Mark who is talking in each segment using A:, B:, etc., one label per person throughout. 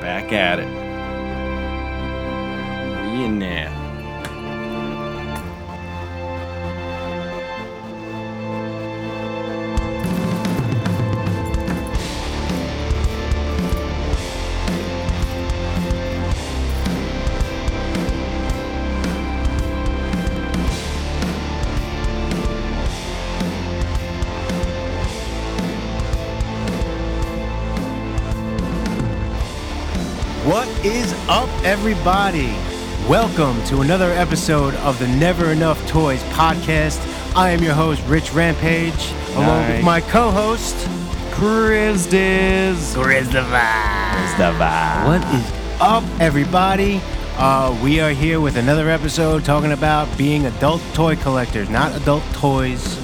A: Back at it. We in there.
B: What is up, everybody? Welcome to another episode of the Never Enough Toys podcast. I am your host, Rich Rampage, along with
A: Nice.
B: my co host, Chris
A: It's
B: Diz.
A: the vibe.
B: What is up, everybody? Uh, we are here with another episode talking about being adult toy collectors. Not adult toys,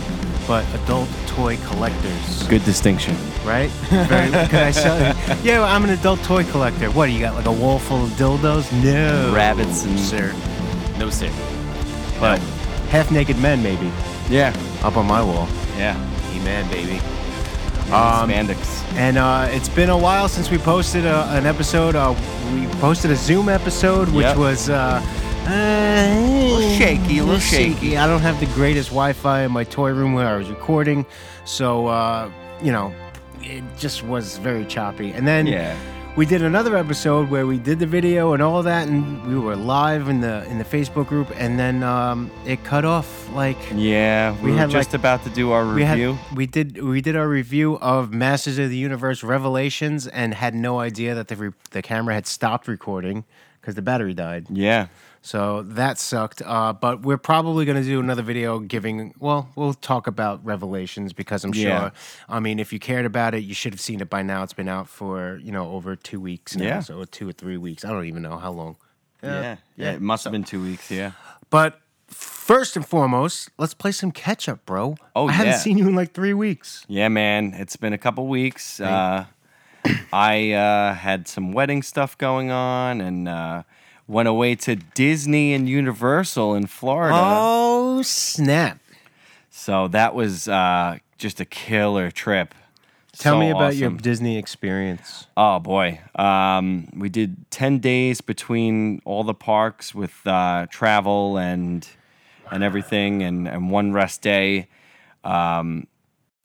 B: but adult toy collectors,
A: Good distinction.
B: right? Very, could I sell Yeah, well, I'm an adult toy collector. What, you got like a wall full of dildos? No.
A: Rabbits and-
B: Sir.
A: No sir.
B: But half naked men, maybe.
A: Yeah.
B: Up on my wall.
A: Yeah.
B: E man, baby.
A: Um,
B: Um,
A: spandex.
B: And uh, it's been a while since we posted a, an episode. Uh, we posted a Zoom episode, which
A: Yep.
B: was. Uh, uh,
A: Little shaky, little shaky.
B: I don't have the greatest Wi-Fi in my toy room where I was recording, so uh, you know, it just was very choppy. And then
A: Yeah.
B: we did another episode where we did the video and all that, and we were live in the in the Facebook group, and then um, it cut off like
A: Yeah. We,
B: we
A: were
B: had,
A: just
B: like-
A: about to do our
B: we
A: review.
B: had we did we did our review of Masters of the Universe Revelations and had no idea that the re- the camera had stopped recording because the battery died.
A: yeah.
B: So that sucked. Uh, but we're probably going to do another video giving. Well, we'll talk about Revelations because I'm sure.
A: Yeah.
B: I mean, if you cared about it, you should have seen it by now. It's been out for you know over two weeks now,
A: Yeah.
B: so two or three weeks. I don't even know how long. Uh,
A: Yeah. Yeah. It must have been two weeks. Yeah.
B: But first and foremost, let's play some catch up, bro.
A: Oh,
B: I haven't
A: yeah.
B: seen you in like three weeks.
A: Yeah, man. It's been a couple weeks. Uh, I uh, had some wedding stuff going on and uh, went away to Disney and Universal in Florida.
B: Oh snap!
A: So that was uh, just a killer trip.
B: Tell
A: So
B: me about your
A: awesome.
B: Disney experience.
A: Oh boy, um, we did ten days between all the parks with uh, travel and and everything, and and one rest day. Um,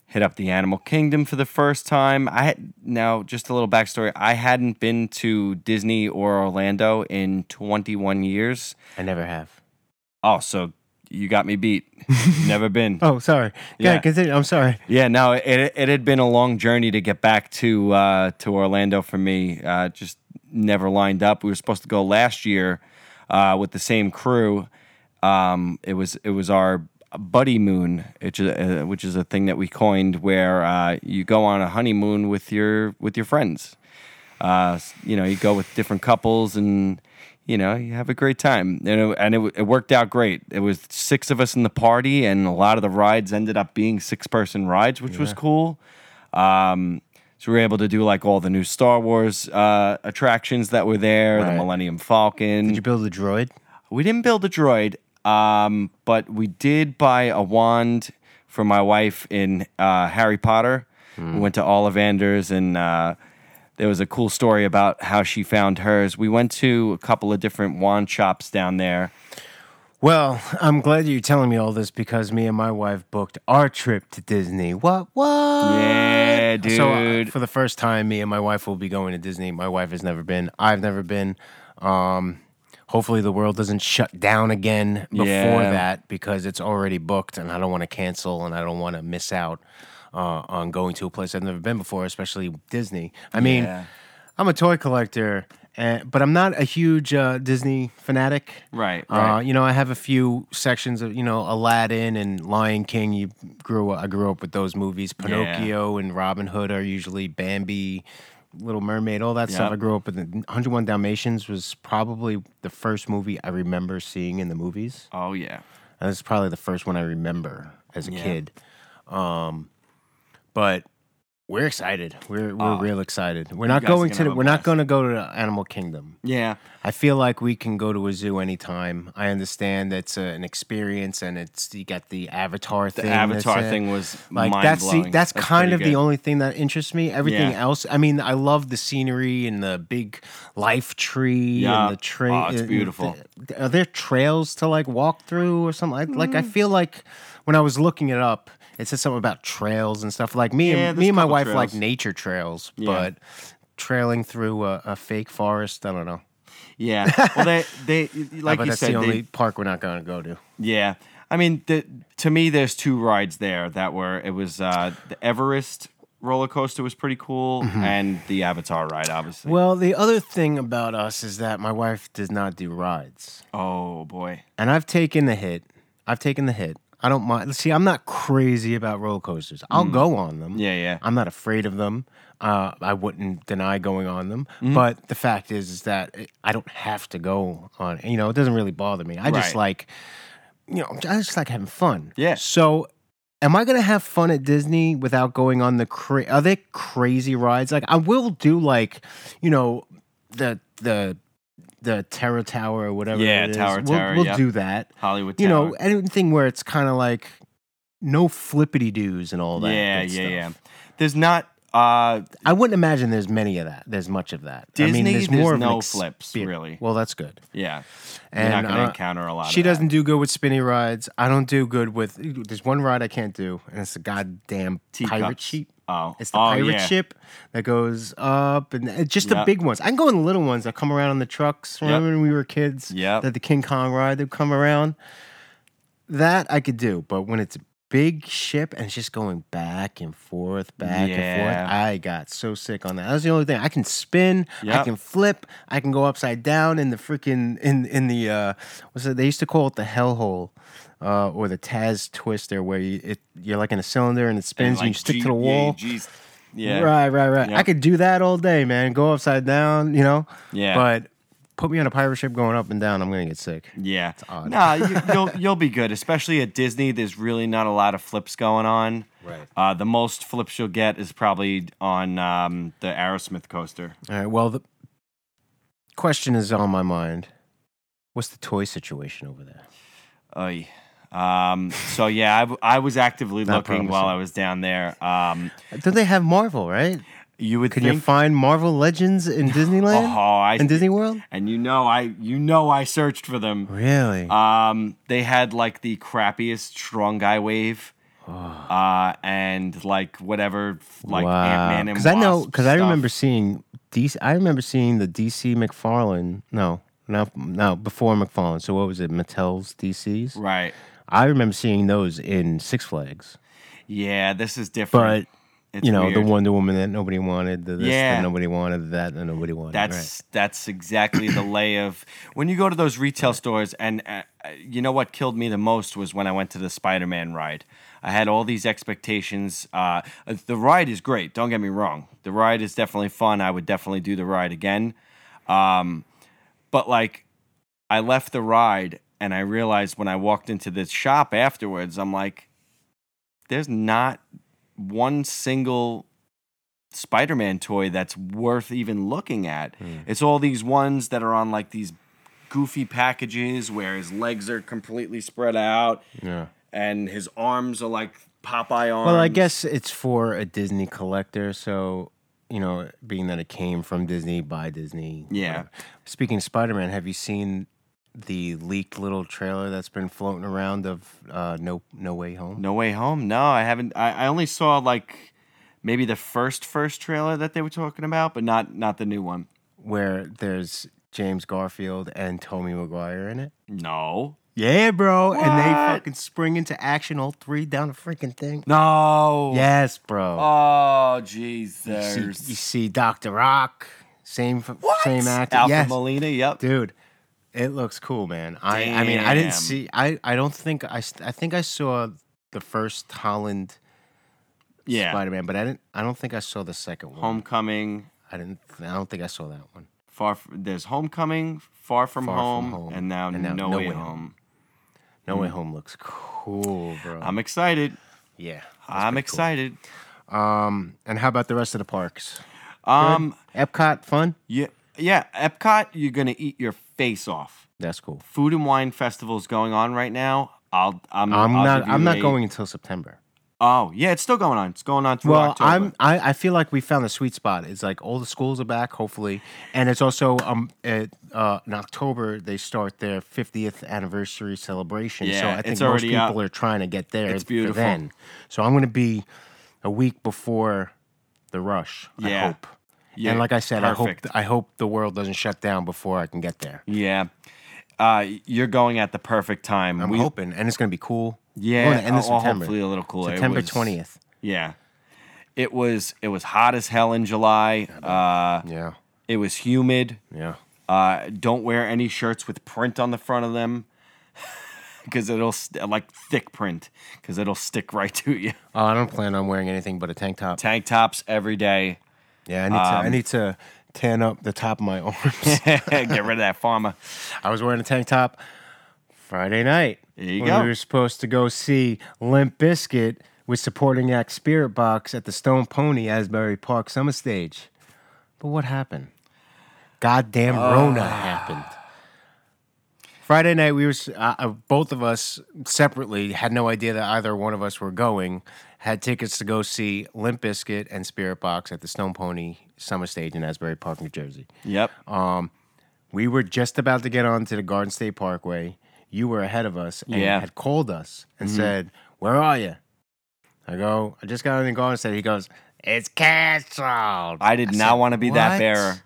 A: hit up the Animal Kingdom for the first time. I had, now just a little backstory. I hadn't been to Disney or Orlando in 21 years.
B: I never have.
A: Oh, so you got me beat. Never been.
B: Oh, sorry. Yeah,
A: Yeah.
B: continue. I'm sorry.
A: Yeah, no, it it had been a long journey to get back to uh, to Orlando for me. Uh, just never lined up. We were supposed to go last year uh, with the same crew. Um, it was it was our buddy moon, which is, uh, which is a thing that we coined where uh, you go on a honeymoon with your with your friends. Uh, s- you know, you go with different couples and. You know, you have a great time, and it, and it, w- it worked out great. It was six of us in the party, and a lot of the rides ended up being six-person rides, which was cool. Um, so we were able to do like all the new Star Wars uh, attractions that were there, the
B: Right.
A: Millennium Falcon.
B: Did you build a droid?
A: We didn't build a droid, um, but we did buy a wand for my wife in uh, Harry Potter. We went to Ollivander's, and uh, there was a cool story about how she found hers. We went to a couple of different wand shops down there.
B: Well, I'm glad you're telling me all this because me and my wife booked our trip to Disney. What? What?
A: Yeah, dude.
B: So uh, for the first time, me and my wife will be going to Disney. My wife has never been. I've never been. Um, hopefully, the world doesn't shut down again before
A: Yeah.
B: that because it's already booked, and I don't want to cancel and I don't want to miss out uh, on going to a place I've never been before, especially Disney. I mean,
A: Yeah.
B: I'm a toy collector, and, but I'm not a huge uh, Disney fanatic.
A: Right,
B: Uh,
A: right.
B: you know, I have a few sections of you know Aladdin and Lion King. You grew, I grew up with those movies. Pinocchio and Robin Hood are usually Bambi, Little Mermaid, all that stuff.
A: Yep.
B: I grew up with. And 101 Dalmatians was probably the first movie I remember seeing in the movies.
A: oh yeah.
B: And That's probably the first one I remember as a
A: Yeah.
B: kid. Um, but We're excited. We're we're
A: Ah.
B: real excited. We're not
A: guys are gonna
B: going to.
A: have
B: the-
A: a
B: We're not
A: blast.
B: going to go to the Animal Kingdom.
A: Yeah.
B: I feel like we can go to a zoo anytime. I understand that's uh, an experience, and it's you got the Avatar
A: The
B: thing. that's
A: Avatar
B: it.
A: thing was
B: like
A: mind
B: that's the,
A: blowing.
B: that's, kind of
A: pretty
B: the
A: good.
B: only thing that interests me. Everything
A: Yeah.
B: else, I mean, I love the scenery and the big life tree
A: Yeah.
B: and the train.
A: Oh, it's beautiful.
B: are there trails to like walk through or something? Like, like I feel like when I was looking it up, it said something about trails and stuff. Like me,
A: Yeah,
B: and,
A: there's
B: me and my
A: couple
B: wife like
A: trails.
B: nature trails, but trailing through a, a fake forest, I don't know.
A: Yeah. Well, they they like
B: but
A: you
B: that's
A: said
B: the
A: they,
B: only park we're not going to go to.
A: yeah. I mean, the, to me, there's two rides there that were. It was uh, the Everest roller coaster was pretty cool, and the Avatar ride, obviously.
B: Mm-hmm. Well, the other thing about us is that my wife does not do rides.
A: oh boy.
B: and I've taken the hit. I've taken the hit. I don't mind. See, I'm not crazy about roller coasters. I'll go on them.
A: Yeah, yeah.
B: I'm not afraid of them. Uh, I wouldn't deny going on them.
A: Mm-hmm.
B: But the fact is, is that I don't have to go on. You know, it doesn't really bother me. I just
A: Right.
B: like, you know, I just like having fun.
A: Yeah.
B: So. Am I gonna have fun at Disney without going on the cra- are they crazy rides? Like I will do like, you know, the the the Terror Tower or whatever.
A: Yeah,
B: it is.
A: Tower
B: We'll,
A: Terror,
B: we'll
A: yep.
B: do that.
A: Hollywood.
B: You know,
A: Tower.
B: anything where it's kind of like no flippity doos and all that.
A: Yeah,
B: good
A: yeah,
B: stuff.
A: yeah. There's not. Uh,
B: I wouldn't imagine there's many of that. There's much of that. I mean,
A: Disney,
B: there's
A: there's
B: more of an
A: no
B: expe-
A: flips, really.
B: Well, that's good.
A: yeah.
B: And
A: You're not going
B: uh,
A: to encounter a lot.
B: she
A: of that.
B: doesn't do good with spinny rides. I don't do good with. There's one ride I can't do, and it's the goddamn pirate
A: Teacups.
B: ship.
A: Oh.
B: It's the
A: Oh,
B: pirate
A: yeah.
B: ship that goes up, and it's just the
A: Yep.
B: big ones. I can go in the little ones that come around on the trucks. Remember when we were kids?
A: Yep.
B: That the King Kong ride that would come around. That I could do, but when it's a big ship and it's just going back and forth, back and
A: Yeah.
B: forth, I got so sick on that. That's the only thing I can spin. I
A: Yep.
B: can flip. I can go upside down in the freaking in in the uh, what's it? They used to call it the hellhole. Uh, or the Taz twister, where you it, you're like in a cylinder and it spins and,
A: like,
B: you stick
A: gee-
B: to the wall.
A: Yeah. geez. yeah.
B: Right, right, right. I
A: Yep.
B: could do that all day, man. Go upside down, you know?
A: Yeah.
B: But put me on a pirate ship going up and down, I'm going to get sick.
A: Yeah.
B: odd.
A: Nah, you, you'll you'll be good, especially at Disney. There's really not a lot of flips going on.
B: Right.
A: Uh, the most flips you'll get is probably on um, the Aerosmith coaster.
B: All right. Well, the question is on my mind What's the toy situation over there?
A: Oy. Um, so yeah, I, w- I was actively
B: Not
A: looking while I was down there. Um,
B: Don't they have Marvel, right?
A: you would
B: Can you
A: think,
B: find Marvel Legends in Disneyland?
A: oh, I
B: in Disney World?
A: and you know I you know I searched for them.
B: Really?
A: Um, they had like the crappiest strong guy wave. Uh, and like whatever, like Ant Man and
B: Because I know,
A: Wasp
B: because I
A: stuff.
B: remember seeing DC. I remember seeing the DC McFarlane. No, not no before McFarlane. So what was it? Mattel's DCs.
A: right.
B: I remember seeing those in Six Flags,
A: Yeah, this is different.
B: but
A: It's
B: you know the
A: weird.
B: Wonder Woman that nobody wanted, the this
A: Yeah.
B: that nobody wanted, the that that nobody wanted.
A: That's that's exactly the lay of when you go to those retail stores. And uh, uh, you know what killed me the most was when I went to the Spider-Man ride. I had all these expectations. Uh, uh, the ride is great. Don't get me wrong. The ride is definitely fun. I would definitely do the ride again. Um, but like, I left the ride and I realized when I walked into this shop afterwards, I'm like, there's not one single Spider-Man toy that's worth even looking at. It's all these ones that are on like these goofy packages where his legs are completely spread out
B: right. yeah.
A: and his arms are like Popeye arms.
B: Well, I guess it's for a Disney collector, so you know, being that it came from Disney by Disney.
A: Yeah.
B: whatever. Speaking of Spider Man, have you seen the leaked little trailer that's been floating around of uh, No No Way Home?
A: No Way Home. No, I haven't. I, I only saw like maybe the first first trailer that they were talking about, but not not the new one.
B: Where there's James Garfield and Tommy Maguire in it.
A: No.
B: Yeah, bro. And they
A: What?
B: fucking spring into action, all three down the freaking thing.
A: No.
B: Yes, bro.
A: Oh
B: you,
A: Jesus.
B: see, you see Dr. Rock, same f- same actor.
A: Alpha
B: yes.
A: Molina. Yep.
B: Dude, it looks cool, man. I, I mean, I didn't
A: Damn.
B: see, I, I don't think, I, s- I think I saw the first Holland
A: yeah.
B: Spider-Man, but I didn't, I don't think I saw the second one.
A: Homecoming.
B: I didn't, I don't think I saw that one.
A: Far f- there's Homecoming, Far From,
B: Far From
A: home,
B: Home,
A: and now,
B: and now
A: No,
B: No
A: Way,
B: Way
A: home. Mm.
B: No Way Home looks cool, bro.
A: Uh, I'm excited.
B: yeah.
A: I'm excited.
B: Um, and how about the rest of the parks?
A: Um,
B: Epcot, fun.
A: yeah, yeah. Epcot, you're gonna eat your face off.
B: That's cool.
A: Food and wine festival is going on right now. I'll. I'm.
B: I'm
A: I'll
B: not.
A: give you
B: I'm not
A: a-
B: going until September.
A: Oh yeah, it's still going on. It's going on through
B: Well,
A: October.
B: I'm. I, I feel like we found the sweet spot. It's like all the schools are back, hopefully, and it's also um at, uh, in October they start their 50th anniversary celebration. so
A: Yeah,
B: I think
A: it's
B: most
A: already
B: people
A: up.
B: are trying to get there.
A: It's
B: for
A: beautiful.
B: Then. So I'm going to be a week before the rush. I
A: Yeah.
B: hope.
A: Yeah,
B: and like I said,
A: perfect.
B: I hope I hope the world doesn't shut down before I can get there.
A: Yeah. Uh, you're going at the perfect time.
B: I'm hoping, and it's going to be cool.
A: Yeah,
B: We're gonna end this
A: oh, well,
B: September.
A: hopefully a little cooler. It
B: September
A: was-
B: twentieth.
A: Yeah. It was it was hot as hell in July. Uh,
B: Yeah,
A: it was humid.
B: yeah.
A: Uh, don't wear any shirts with print on the front of them because it'll st- like thick print because it'll stick right to you.
B: Oh, I don't plan on wearing anything but a tank top.
A: Tank tops every day.
B: Yeah, I need to. I need to tan up the top of my arms.
A: Get rid of that farmer.
B: I was wearing a tank top Friday night.
A: There you
B: when
A: go.
B: We were supposed to go see Limp Bizkit with supporting act Spirit Box at the Stone Pony Asbury Park Summer Stage. But what happened? Goddamn
A: Ah.
B: Rona happened. Friday night, we were s- uh, uh, both of us separately had no idea that either one of us were going. Had tickets to go see Limp Bizkit and Spirit Box at the Stone Pony Summer Stage in Asbury Park, New Jersey.
A: Yep.
B: We were just about to get onto the Garden State Parkway. You were ahead of us and
A: Yeah. Mm-hmm.
B: had called us and said, Where are you? I go, I just got on the Garden State. He goes, It's canceled.
A: I did
B: said,
A: not want to be that
B: "What?"
A: bearer.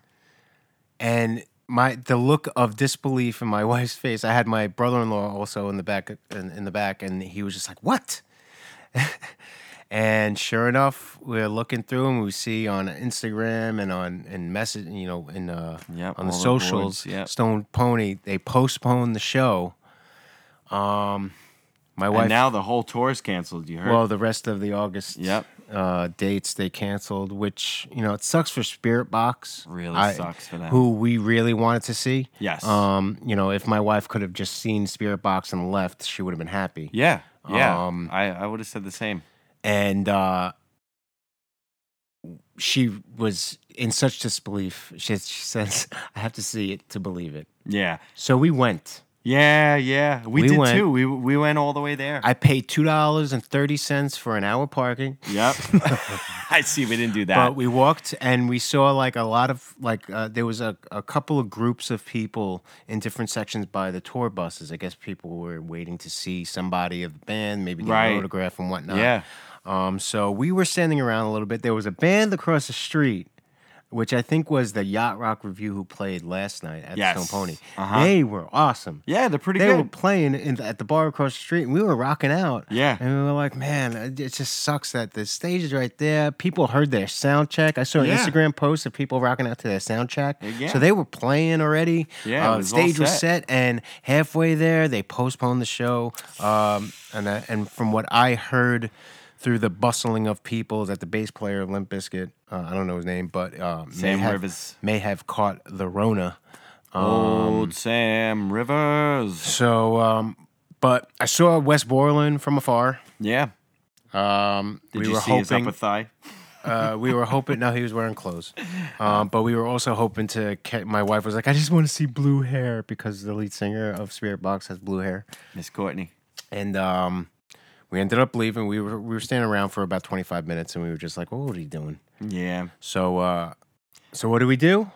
B: And my the look of disbelief in my wife's face. I had my brother in law also in the back in, in the back, and he was just like, What? And sure enough, we're looking through and we see on Instagram and on and message, you know, in uh,
A: Yep,
B: on the
A: all the
B: socials,
A: boards, yep.
B: Stone Pony they postponed the show. Um, my wife,
A: And now the whole tour is canceled. You heard?
B: well, the rest of the August
A: Yep.
B: uh, dates they canceled, which you know it sucks for Spirit Box.
A: Really sucks for them.
B: Who we really wanted to see.
A: Yes.
B: Um, you know, if my wife could have just seen Spirit Box and left, she would have been happy.
A: yeah. Yeah.
B: um,
A: I I would have said the same.
B: and uh, she was in such disbelief. She, she says, "I have to see it to believe it."
A: Yeah.
B: So we went.
A: Yeah, yeah. We,
B: We
A: did
B: went-
A: too. We we went all the way there.
B: I paid two dollars and thirty cents for an hour parking.
A: yep. I see we didn't do that.
B: But we walked and we saw like a lot of like uh, there was a, a couple of groups of people in different sections by the tour buses. I guess people were waiting to see somebody of the band, maybe get an
A: Right.
B: autograph and whatnot.
A: Yeah.
B: Um. So we were standing around a little bit. There was a band across the street, which I think was the Yacht Rock Review who played last night at
A: Yes.
B: Stone Pony.
A: Uh-huh.
B: They were awesome
A: yeah, they're pretty
B: they were
A: good.
B: playing in the, at the bar across the street, and we were rocking out.
A: Yeah.
B: and we were like, man, it it just sucks that the stage is right there. People heard their sound check. I saw an
A: Yeah.
B: Instagram post of people rocking out to their sound check.
A: Yeah.
B: So they were playing already.
A: Yeah, it
B: Uh, the
A: was all
B: stage was
A: set.
B: set, and halfway there, they postponed the show. Um, and I, and from what I heard. Through the bustling of people, that the bass player of Limp Bizkit, uh, I don't know his name, but um,
A: Sam
B: may have,
A: Rivers. um,
B: may have caught the Rona.
A: Old Sam Rivers.
B: So, um, but I saw West Borland from afar.
A: Yeah.
B: Um,
A: Did
B: we
A: you
B: were
A: see his
B: hoping.
A: upper thigh?
B: uh, we were hoping. No, he was wearing clothes. Um, but we were also hoping to. Ca- my wife was like, "I just want to see blue hair because the lead singer of Spirit Box has blue hair."
A: Miss Courtney.
B: And um, we ended up leaving. We were we were standing around for about twenty five minutes, and we were just like, "What was he doing?"
A: Yeah.
B: So, uh, so what do we do?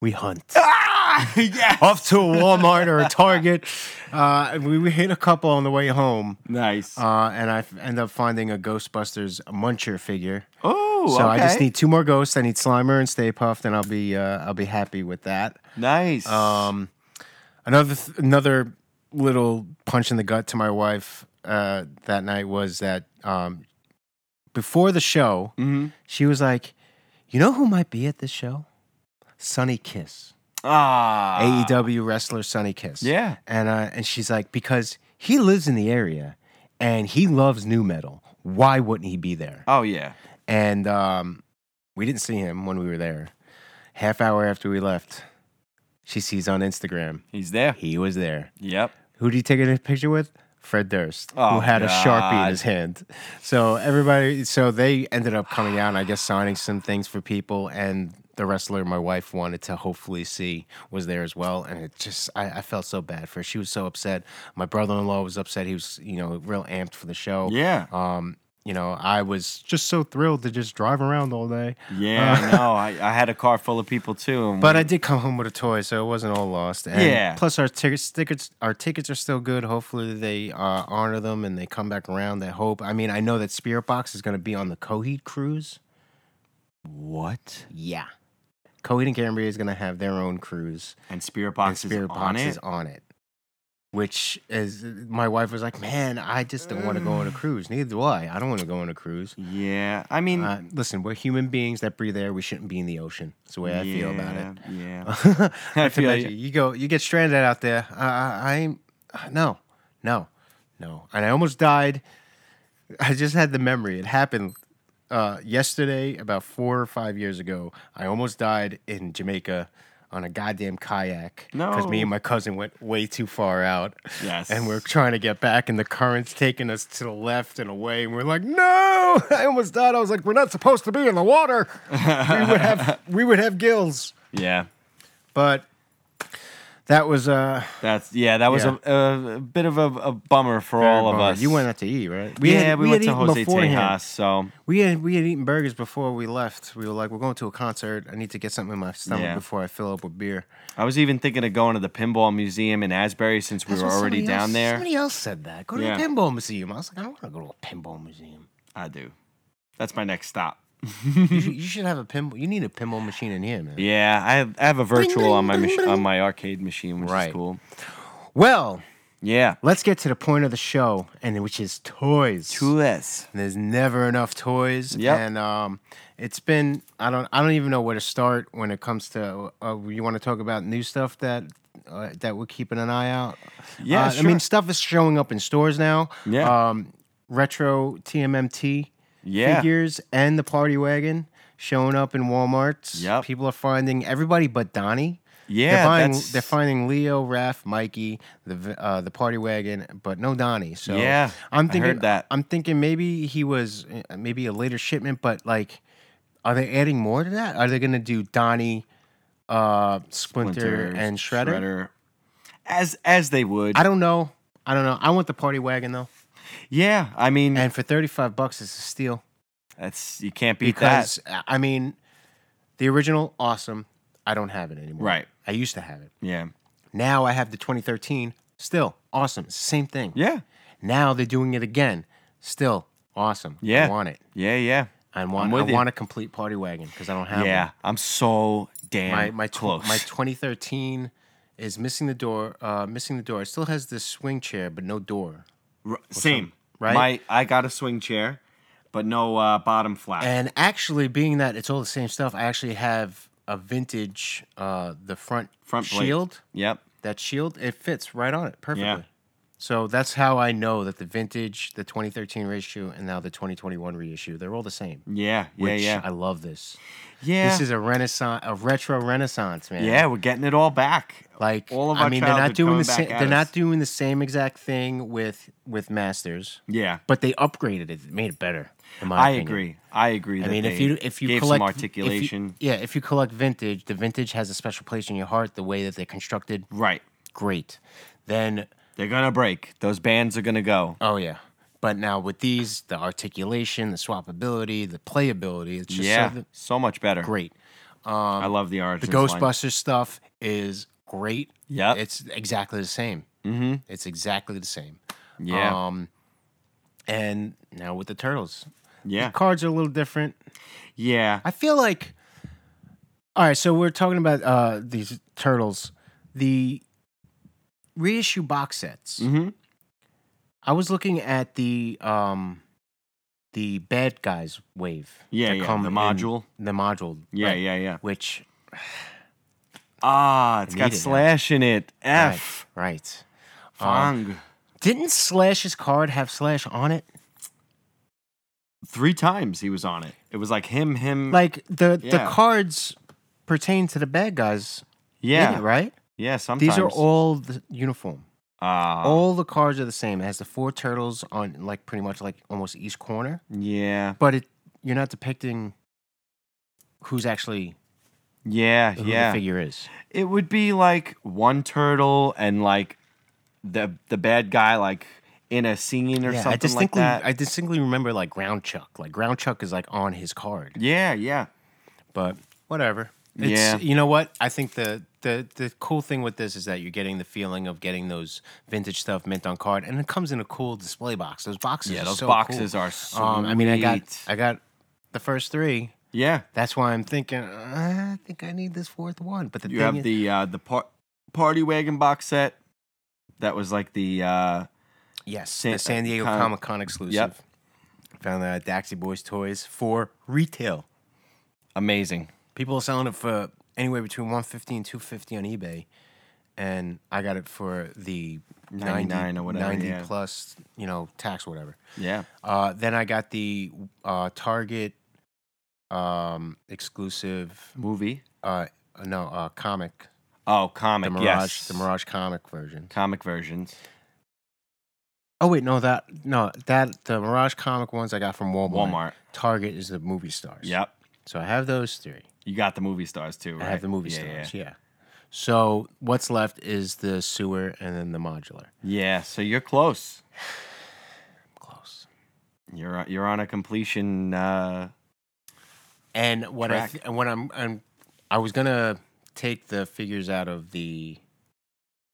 B: We hunt.
A: Ah! yeah.
B: Off to a Walmart or a Target. Uh, we, we hit a couple on the way home.
A: Nice.
B: Uh, and I f- end up finding a Ghostbusters muncher figure.
A: oh,
B: so I just
A: okay.
B: need two more ghosts. I need Slimer and Stay Puffed, and I'll be uh, I'll be happy with that.
A: nice.
B: Um, another th- another little punch in the gut to my wife uh, that night was that um, before the show,
A: hmm
B: she was like, "You know who might be at this show? Sunny Kiss,
A: Ah.
B: AEW wrestler Sunny Kiss."
A: Yeah.
B: and uh, and she's like, because he lives in the area, and he loves new metal. Why wouldn't he be there?
A: Oh yeah.
B: And um, we didn't see him when we were there. Half hour after we left, she sees on Instagram
A: He's there.
B: he was there.
A: Yep.
B: Who did he take a picture with? Fred Durst,
A: Oh,
B: who had a sharpie
A: God.
B: in his hand. So everybody, so they ended up coming out and I guess signing some things for people. And the wrestler my wife wanted to hopefully see was there as well. And it just, I, I felt so bad for her. She was so upset. My brother in law was upset. He was, you know, real amped for the show.
A: Yeah.
B: Um, you know, I was just so thrilled to just drive around all day.
A: Yeah, I know. I, I had a car full of people too. And
B: Uh. But I did come home with a toy, so it wasn't all lost. And
A: Yeah.
B: Plus, our tickets, tickets, our tickets are still good. Hopefully, they uh, honor them and they come back around. I hope. I mean, I know that Spirit Box is going to be on the Coheed cruise.
A: what?
B: Yeah. Coheed and Cambria is going to have their own cruise.
A: And Spirit
B: and
A: Box is
B: Spirit
A: on
B: Box
A: it.
B: is on it. Which is my wife was like, man, I just don't want to go on a cruise. Neither do I. I don't want to go on a cruise.
A: yeah, I mean,
B: Uh, listen, we're human beings that breathe air. We shouldn't be in the ocean. That's the way I feel about it.
A: Yeah.
B: I
A: feel
B: feel
A: you.
B: you. You go, you get stranded out there. I, I, I'm no, no, no, and I almost died. I just had the memory. It happened uh, yesterday, about four or five years ago. I almost died in Jamaica on a goddamn kayak because
A: No.
B: me and my cousin went way too far out.
A: Yes.
B: and we're trying to get back, and the current's taking us to the left and away, and we're like, no! I almost died. I was like, we're not supposed to be in the water. we would have we would have gills
A: Yeah.
B: but that was uh
A: That's yeah. That was
B: Yeah.
A: A, a bit of a, a bummer for all of
B: bummer.
A: us.
B: You went out to eat, right?
A: yeah,
B: had-
A: we, went
B: had
A: to
B: eaten
A: Jose
B: beforehand.
A: Tejas. So
B: We had we had eaten burgers before we left. We were like, we're going to a concert. I need to get something in my stomach
A: Yeah.
B: before I fill up with beer.
A: I was even thinking of going to the pinball museum in Asbury since we
B: That's
A: were
B: what
A: already
B: somebody
A: down
B: else-
A: there.
B: Somebody else said that. Go to
A: Yeah.
B: the pinball museum. I was like, I don't want to go to a pinball museum.
A: I do. That's my next stop.
B: you, should, you should have a pinball. You need a pinball machine in here, man.
A: Yeah, I have, I have a virtual on my
B: bling,
A: mach-
B: bling.
A: on my arcade machine, which is
B: Right.
A: cool.
B: Well,
A: Yeah.
B: let's get to the point of the show, and which is toys.
A: Tules.
B: and there's never enough toys.
A: Yep.
B: And um, it's been I don't I don't even know where to start when it comes to uh, you want to talk about new stuff that uh, that we're keeping an eye out.
A: Yeah,
B: Uh,
A: sure.
B: I mean stuff is showing up in stores now.
A: Yeah.
B: Um, retro TMMT
A: Yeah.
B: figures and the party wagon showing up in Walmart's.
A: Yep.
B: People are finding everybody but Donnie.
A: Yeah,
B: they're, buying,
A: that's-
B: they're finding Leo, Raph, Mikey, the v- uh, the party wagon, but no Donnie. So
A: Yeah,
B: I'm
A: I
B: thinking
A: heard that.
B: I'm thinking maybe he was uh, maybe a later shipment, but like, are they adding more to that? Are they gonna do Donnie, uh, Splinter, and Shredder?
A: As as they would.
B: I don't know. I don't know. I want the party wagon though,
A: yeah, I mean
B: and for thirty five bucks, it's a steal.
A: that's you can't beat that.
B: because I mean, the original awesome. I don't have it anymore.
A: Right.
B: I used to have it.
A: Yeah.
B: Now I have the 2013. Still awesome. It's the same thing.
A: Yeah.
B: Now they're doing it again. Still awesome.
A: Yeah.
B: I want it.
A: Yeah, yeah.
B: I
A: I'm
B: want. I
A: with you.
B: want a complete party wagon because I don't have
A: Yeah.
B: one.
A: I'm so damn
B: My my tw-
A: close.
B: my 2013 is missing the door. Uh, missing the door. It still has this swing chair, but no door.
A: R- same.
B: right?
A: My I got a swing chair, but no uh, bottom flap.
B: And actually, being that it's all the same stuff, I actually have a vintage. Uh, the front
A: Front plate.
B: shield.
A: yep.
B: that shield it fits right on it perfectly so that's how i know that the vintage the 2013 reissue and now the 2021 reissue they're all the same
A: Yeah. Yeah.
B: which
A: yeah.
B: i love this
A: yeah.
B: this is a renaissance a retro renaissance man
A: yeah. We're getting it all back.
B: like
A: All of
B: i
A: our
B: mean they're not
A: childhood
B: doing
A: coming
B: the
A: back
B: same
A: at
B: they're
A: us.
B: not doing the same exact thing with with masters
A: Yeah.
B: but they upgraded it It made it better in my
A: I
B: opinion.
A: agree. I agree.
B: I
A: that
B: mean, if
A: they
B: you if you
A: gave
B: collect
A: some
B: if you-
A: articulation,
B: yeah, if you collect vintage, the vintage has a special place in your heart. The way that they're constructed,
A: right?
B: great. Then
A: They're gonna break. Those bands are gonna go.
B: Oh yeah. But now with these, the articulation, the swappability, the playability, it's just
A: yeah.
B: so
A: so much better.
B: great.
A: I love the origin.
B: The Ghostbusters stuff is great.
A: Yep.
B: It's exactly the same. Mm-hmm. It's exactly the same.
A: Yeah.
B: Um and now with the turtles.
A: yeah.
B: The cards are a little different.
A: yeah.
B: I feel like all right, so we're talking about uh these turtles. The reissue box sets.
A: Mm-hmm.
B: I was looking at the um the bad guys wave.
A: Yeah,
B: that
A: yeah,
B: come
A: the
B: in-
A: module.
B: the module.
A: Yeah.
B: right,
A: Yeah. Yeah.
B: Which
A: Ah, it's
B: I
A: got
B: need it now.
A: slash in it. F.
B: right. right.
A: Fong.
B: Didn't Slash's card have Slash on it?
A: Three times he was on it. It was like him, him.
B: Like the the
A: Yeah.
B: cards pertain to the bad guys. in
A: yeah.
B: it, right?
A: Yeah. Sometimes. Ah,
B: These are all the uniform. All the cars are the same. It has the four turtles on like pretty much like almost each corner,
A: Yeah.
B: but it you're not depicting who's actually
A: Yeah.
B: who
A: yeah.
B: the figure is.
A: It would be like one turtle and like the the bad guy like in a scene or
B: I
A: something like
B: distinctly
A: that.
B: I distinctly remember like Ground Chuck. Like Ground Chuck is like on his card.
A: yeah, yeah.
B: but whatever. It's,
A: Yeah.
B: You know what? I think the, the the cool thing with this is that you're getting the feeling of getting those vintage stuff mint on card, and it comes in a cool display box. Those boxes,
A: Yeah,
B: are
A: those
B: so
A: boxes
B: cool.
A: are so
B: Um, I mean, I got
A: neat.
B: I got the first three.
A: Yeah.
B: That's why I'm thinking "Uh, I think I need this fourth one. But the
A: You
B: thing
A: have
B: is,
A: the uh the par- party wagon box set. That was like the uh
B: yes,
A: San-
B: the San Diego
A: Con-
B: Comic Con exclusive.
A: Yep.
B: Found that at Daxie Boys Toys for retail.
A: amazing.
B: People are selling it for anywhere between 150 and 250 on eBay. And I got it for the
A: 99
B: 90,
A: or whatever,
B: 90
A: yeah.
B: plus, you know, tax or whatever.
A: Yeah.
B: Uh, then I got the uh, Target um, exclusive,
A: Movie.
B: uh, no, uh, comic,
A: Oh, comic.
B: the Mirage,
A: yes.
B: the Mirage comic version.
A: Comic versions.
B: Oh wait, no, that no, that the Mirage comic ones I got from Walmart.
A: Walmart.
B: Target is the movie stars.
A: Yep.
B: So I have those three.
A: You got the movie stars too, right?
B: I have the movie
A: yeah,
B: stars.
A: Yeah.
B: Yeah. So what's left is the sewer and then the modular.
A: yeah, so you're close.
B: Close.
A: You're you're on a completion uh
B: And what I
A: Track.
B: th- and when I'm, I'm I was gonna take the figures out of the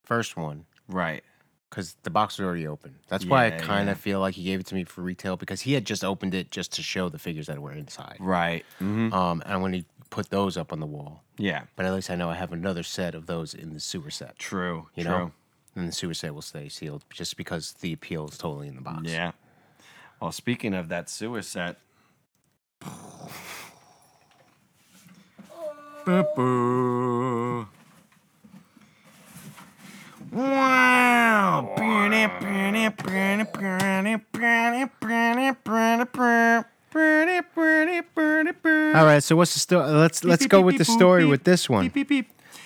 B: first one
A: right.
B: because the box was already open. That's why I
A: Yeah,
B: kind
A: yeah.
B: of feel like he gave it to me for retail because he had just opened it just to show the figures that were inside.
A: Right. hmm
B: Um, and when he put those up on the wall,
A: Yeah.
B: but at least I know I have another set of those in the sewer set.
A: True.
B: You
A: true.
B: know, and the sewer set will stay sealed just because the appeal is totally in the box.
A: Yeah. Well, speaking of that sewer set, Boo-boo. Wow.
B: All right, so what's the story? Let's let's go with the story with this one.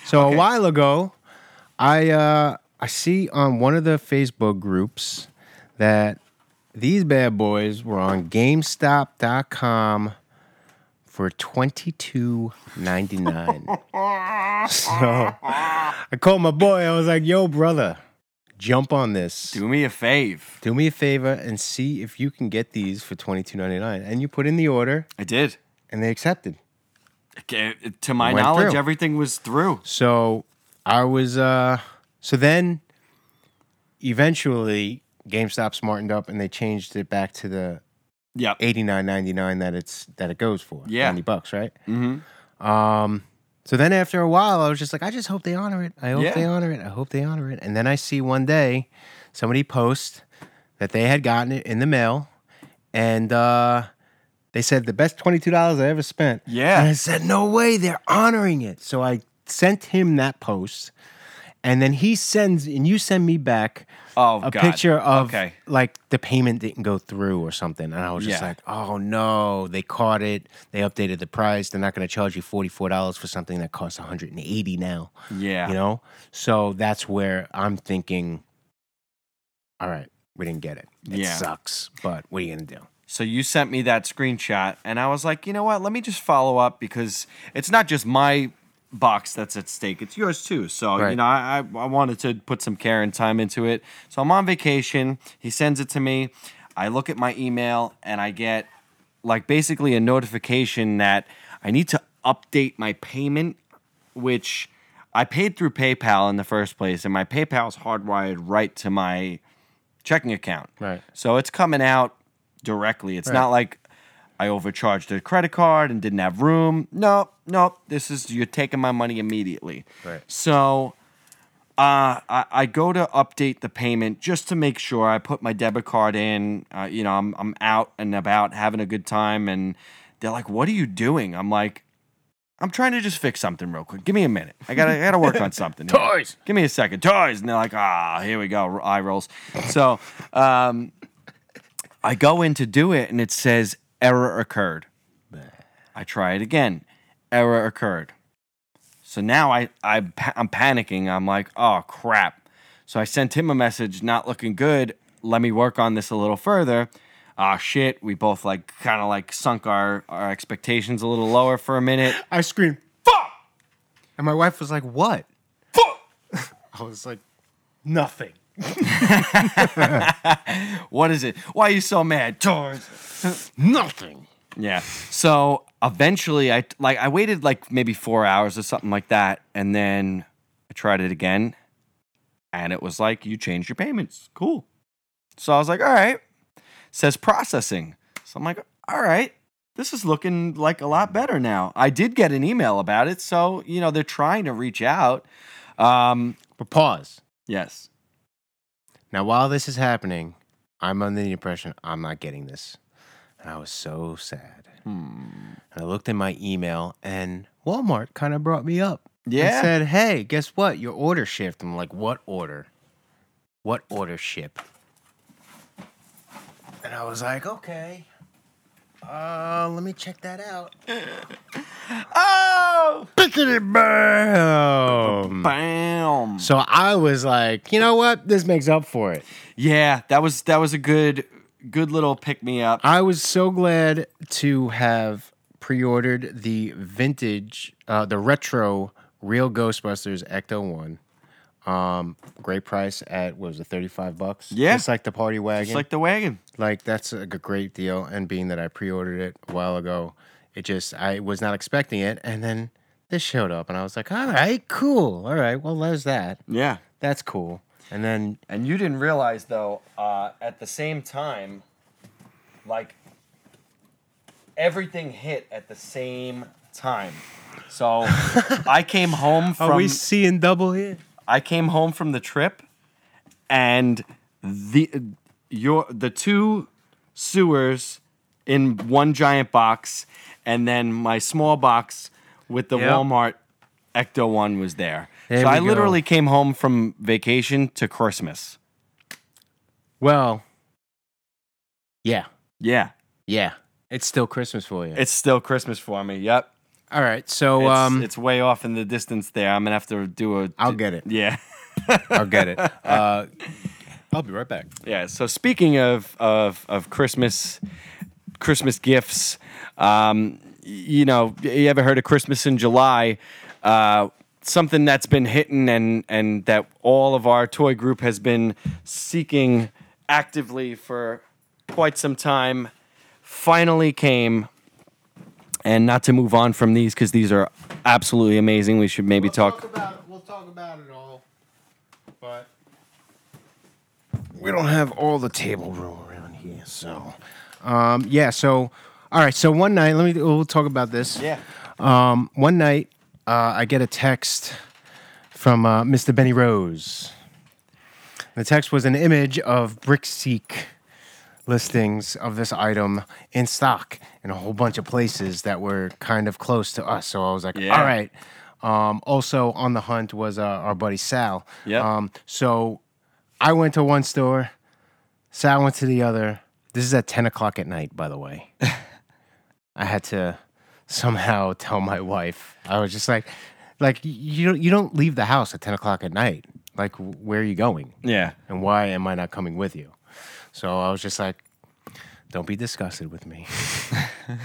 B: So a while ago, I uh, I see on one of the Facebook groups that these bad boys were on GameStop.com for twenty two ninety nine. so I called my boy. I was like, "Yo, brother, jump on this."
A: Do me a fave.
B: Do me a favor and see if you can get these for twenty two ninety nine. And you put in the order,
A: I did.
B: and they accepted.
A: Okay, To my
B: Went
A: knowledge,
B: through.
A: everything was through.
B: So I was uh so then eventually GameStop smartened up and they changed it back to the
A: Yep.
B: eighty nine ninety nine that it's that it goes for.
A: Yeah.
B: 90 bucks, right?
A: Mm-hmm.
B: Um so then after a while I was just like, I just hope they honor it. I hope
A: Yeah.
B: they honor it. I hope they honor it. And then I see one day somebody post that they had gotten it in the mail and uh they said the best twenty two dollars I ever spent.
A: Yeah.
B: And I said, no way, they're honoring it. So I sent him that post, and then he sends and you send me back
A: Oh,
B: a
A: God.
B: picture of
A: Okay.
B: like the payment didn't go through or something. And I was just
A: Yeah.
B: like, oh no, they caught it. They updated the price. They're not going to charge you forty four dollars for something that costs one hundred and eighty now.
A: Yeah.
B: You know, so that's where I'm thinking. All right, we didn't get it. It
A: Yeah.
B: sucks, but what are you gonna do?
A: So you sent me that screenshot, and I was like, you know what? Let me just follow up because it's not just my box that's at stake; it's yours too. So
B: Right.
A: you know, I, I I wanted to put some care and time into it. So I'm on vacation. He sends it to me. I look at my email, and I get like basically a notification that I need to update my payment, which I paid through PayPal in the first place, and my PayPal's hardwired right to my checking account.
B: Right.
A: So it's coming out directly. It's not like I overcharged a credit card and didn't have room. No, no. This is you're taking my money immediately.
B: Right.
A: So uh, I, I go to update the payment just to make sure I put my debit card in. Uh, you know, I'm I'm out and about having a good time, and they're like, "What are you doing?" I'm like, "I'm trying to just fix something real quick. Give me a minute. I gotta I gotta work on something." here.
B: Toys.
A: Give me a second. Toys. And they're like, "Ah, here we go. Eye rolls." So um, I go in to do it, and it says error occurred. I try it again. Error occurred. So now I, I pa- I'm panicking. I'm like, oh crap. So I sent him a message, not looking good. Let me work on this a little further. Ah, shit. We both like kind of like sunk our, our expectations a little lower for a minute.
B: I screamed,
A: Fuck!
B: and my wife was like, "What?"
A: Fuck!
B: I was like, "Nothing."
A: What is it? Why are you so mad?
B: Nothing.
A: Yeah. So eventually, I like I waited like maybe four hours or something like that, and then I tried it again, and it was like you changed your payments. Cool. So I was like, all right. Says processing. So I'm like, all right. This is looking like a lot better now. I did get an email about it, so you know they're trying to reach out. Um,
B: But pause.
A: yes.
B: Now, while this is happening, I'm under the impression I'm not getting this. And I was so sad. And I looked in my email, and Walmart kind of brought me up. and
A: Yeah.
B: said, hey, guess what? Your order shipped. I'm like, what order? What order shipped? And I was like, okay. Uh, let me check that out.
A: Oh.
B: Bickety
A: Mm.
B: bam!
A: Bam.
B: So I was like, you know what? This makes up for it.
A: Yeah, that was that was a good good little pick me up.
B: I was so glad to have pre-ordered the vintage, uh, the retro real Ghostbusters Ecto One. Um, great price at what was it, thirty five bucks?
A: Yeah.
B: it's like the party wagon.
A: It's
B: Like,
A: like the wagon.
B: that's a g- great deal. And being that I pre-ordered it a while ago, it just I was not expecting it, and then this showed up, and I was like, all right, cool, all right, well there's that.
A: Yeah.
B: That's cool. And then
A: And you didn't realize though, uh, at the same time, like everything hit at the same time. So I came home
B: Oh,
A: from
B: seeing double here?
A: I came home from the trip, and the your the two sewers in one giant box, and then my small box with the
B: Yep.
A: Walmart Ecto one was there.
B: There
A: so
B: we
A: I
B: go.
A: literally came home from vacation to Christmas.
B: Well, yeah.
A: Yeah,
B: Yeah. It's still Christmas for you.
A: it's still Christmas for me. Yep,
B: All right. So
A: it's,
B: um
A: it's way off in the distance there. I'm gonna have to do a.
B: I'll get it.
A: Yeah,
B: I'll get it. Uh I'll be right back.
A: yeah. So speaking of of of Christmas, Christmas gifts. Um, y- you know, you ever heard of Christmas in July? Uh, something that's been hitting and and that all of our toy group has been seeking actively for quite some time. Finally came, and not to move on from these because these are absolutely amazing. We should maybe talk.
B: about it. We'll talk about it all. But we don't have all the table room around here, so um yeah, so all right, so one night, let me we'll talk about this.
A: Yeah.
B: Um, one night, uh, I get a text from uh, Mr. Benny Rose. The text was an image of Brickseek listings of this item in stock in a whole bunch of places that were kind of close to us. So I was like,
A: Yeah.
B: all right. Um, also on the hunt was uh, our buddy Sal.
A: Yep.
B: Um, so I went to one store, Sal went to the other. This is at 10 o'clock at night, by the way. I had to somehow tell my wife. I was just like, like you don't you don't leave the house at ten o'clock at night. Like where are you going?
A: Yeah.
B: And why am I not coming with you? So I was just like, don't be disgusted with me.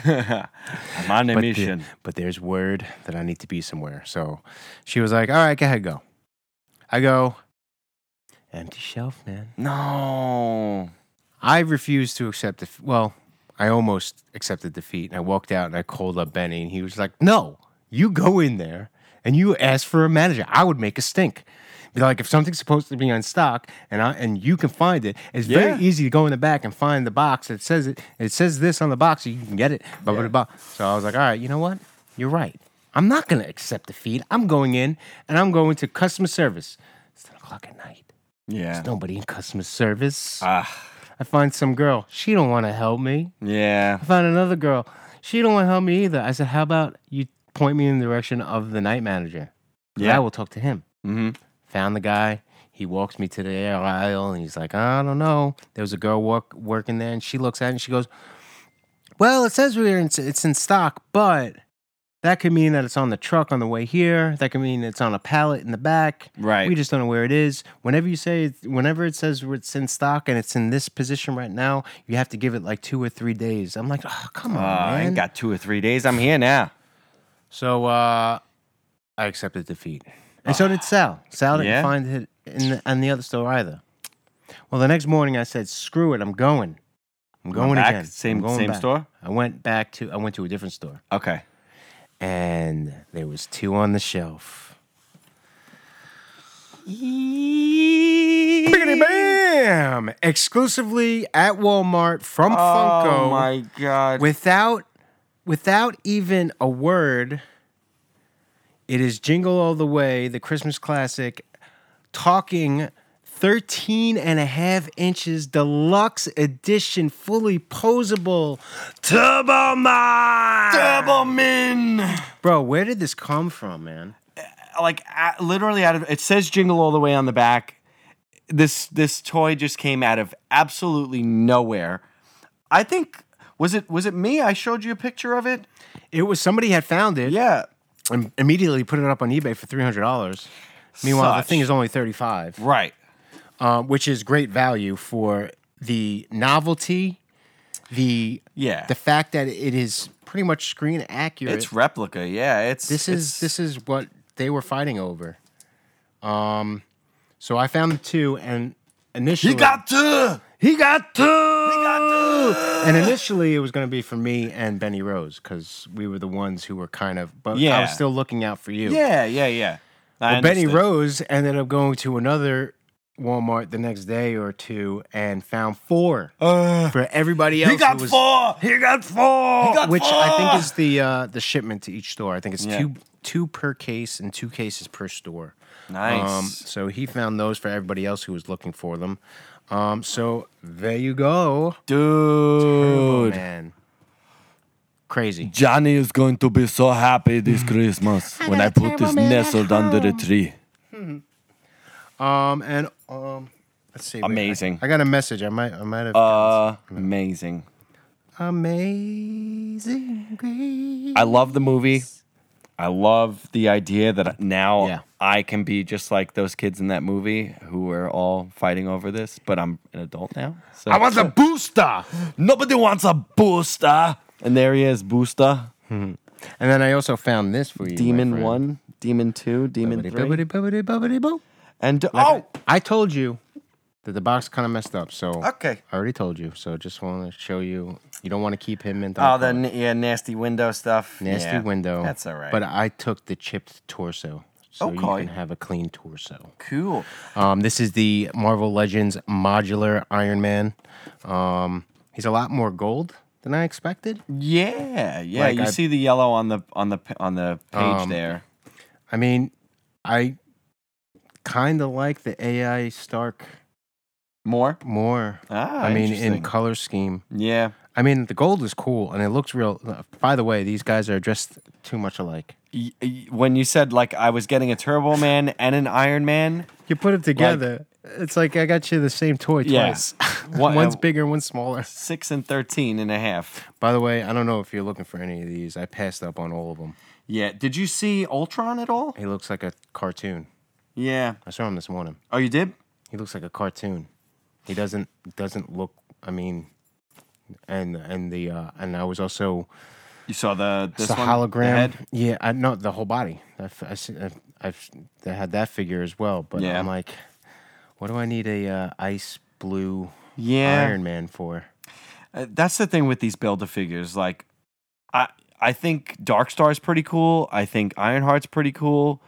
A: I'm on a
B: But, the-
A: mission.
B: but there's word that I need to be somewhere. So she was like, all right, go ahead, go. I go, empty shelf, man.
A: No.
B: I refused to accept the well. I almost accepted defeat, and I walked out and I called up Benny, and he was like, "No, you go in there and you ask for a manager. I would make a stink. Be like, if something's supposed to be on stock and I and you can find it, it's
A: Yeah.
B: very easy to go in the back and find the box that says it. It says this on the box, so you can get it. Blah, blah, blah. So I was like, all right, you know what? You're right. I'm not gonna accept defeat. I'm going in and I'm going to customer service. It's ten o'clock at night.
A: Yeah.
B: Nobody in customer service.
A: Ah.
B: I find some girl. She don't want to help me.
A: Yeah.
B: I find another girl. She don't want to help me either. I said, "How about you point me in the direction of the night manager? Yeah,
A: Yeah.
B: I will talk to him."
A: Mm-hmm.
B: Found the guy. He walks me to the air aisle, and he's like, "I don't know." There was a girl work, working there, and she looks at it and she goes, "Well, it says we're in, it's in stock, but That could mean that it's on the truck on the way here. That could mean it's on a pallet in the back.
A: Right.
B: We just don't know where it is. Whenever you say, it, whenever it says it's in stock and it's in this position right now, you have to give it like two or three days. I'm like, oh, come on,
A: Uh, I
B: man.
A: ain't got two or three days. I'm here now.
B: so uh, I accepted defeat, and so did Sal. Sal didn't
A: Yeah?
B: find it in the, in the other store either. Well, the next morning I said, screw it, I'm going. I'm
A: Going
B: going
A: back?
B: again.
A: Same-
B: I'm going
A: same
B: back.
A: store?
B: I went back to I went to a different store.
A: Okay.
B: and there was two on the shelf. Biggity bam! Exclusively at Walmart from
A: Oh
B: Funko,
A: my god.
B: without without even a word. It is Jingle All the Way, the Christmas classic, talking 13 and a half inches deluxe edition, fully posable Turbo Mine!
A: Doubleman.
B: Bro, where did this come from, man?
A: Like a- literally out of it says jingle all the way on the back. This this toy just came out of absolutely nowhere. I think was it was it me? I showed you a picture of it.
B: It was somebody had found it
A: Yeah.
B: and immediately put it up on eBay for three hundred dollars. Meanwhile,
A: Such.
B: the thing is only thirty five,
A: Right.
B: uh, which is great value for the novelty, the
A: Yeah.
B: the fact that it is pretty much screen accurate.
A: It's replica. Yeah. It's
B: this is this is what they were fighting over. Um, so I found the two, and initially
A: to.
B: he got two.
A: got
B: And initially, it was going to be for me and Benny Rose because we were the ones who were kind of, but I
A: Yeah.
B: was still looking out for you.
A: Yeah. Yeah. Yeah. I
B: Well, Benny
A: understand.
B: Rose ended up going to another Walmart the next day or two and found four
A: Uh,
B: for everybody else.
A: he got
B: who was-
A: four. He got four. He got
B: Oh, which I
A: four!
B: think is the uh, the shipment to each store. I think it's
A: Yeah.
B: two two per case and two cases per store. Um,
A: Nice.
B: so he found those for everybody else who was looking for them. Um, so there you go, Oh,
A: dude.
B: man. Crazy.
A: Johnny is going to be so happy this Christmas when I put this nestled under the tree.
B: Um, and um, let's see. wait, I-
A: Amazing. Uh,
B: I, got a message. I might I might have.
A: amazing.
B: Amazing grace.
A: I love the movie. I love the idea that now
B: Yeah.
A: I can be just like those kids in that movie who are all fighting over this, but I'm an adult now. So
B: a booster.
A: nobody wants a booster. And there he is, booster.
B: And then I also found this for you. my
A: Demon
B: friend.
A: one, demon two, demon
B: Bibbidi,
A: three.
B: bibbidi, bibbidi, bibbidi, boo.
A: And oh,
B: I told you that the box kind of messed up, so
A: Okay.
B: I already told you. So just want to show you. You don't want to keep him in.
A: oh,
B: dark
A: the
B: color.
A: n- yeah, nasty window stuff.
B: nasty
A: Yeah,
B: window.
A: That's all right.
B: But uh, I took the chipped torso, so you
A: Okay.
B: can have a clean torso.
A: cool.
B: Um, this is the Marvel Legends modular Iron Man. Um, he's a lot more gold than I expected.
A: Yeah, yeah.
B: Like
A: you
B: I-
A: see the yellow on the on the p- on the page
B: Um,
A: there.
B: I mean, I kind of like the AI Stark
A: More.
B: more.
A: Ah,
B: I mean, in
A: interesting.
B: color scheme.
A: yeah,
B: I mean, the gold is cool and it looks real. By the way, these guys are dressed too much alike.
A: Y- y- when you said like I was getting a Turbo Man and an Iron Man,
B: You put them together. it's like I got you the same toy
A: Yeah.
B: twice.
A: What-
B: one's
A: uh,
B: bigger, one's smaller.
A: six and thirteen and a half.
B: By the way, I don't know if you're looking for any of these. I passed up on all of them.
A: Yeah. Did you see Ultron at all?
B: He looks like a cartoon.
A: Yeah.
B: I saw him this morning.
A: Oh, you did.
B: He looks like a cartoon. He doesn't doesn't look. I mean, and and the uh, and I was also
A: You saw the this
B: it's a
A: one, the
B: hologram.
A: head?
B: yeah, I no the whole body. I've, I see- I've, I've I had that figure as well, but
A: Yeah.
B: I'm like, what do I need a uh, ice blue
A: Yeah.
B: Iron Man for?
A: Uh, that's the thing with these builder figures. Like, I I think Darkstar is pretty cool. I think Ironheart's pretty cool.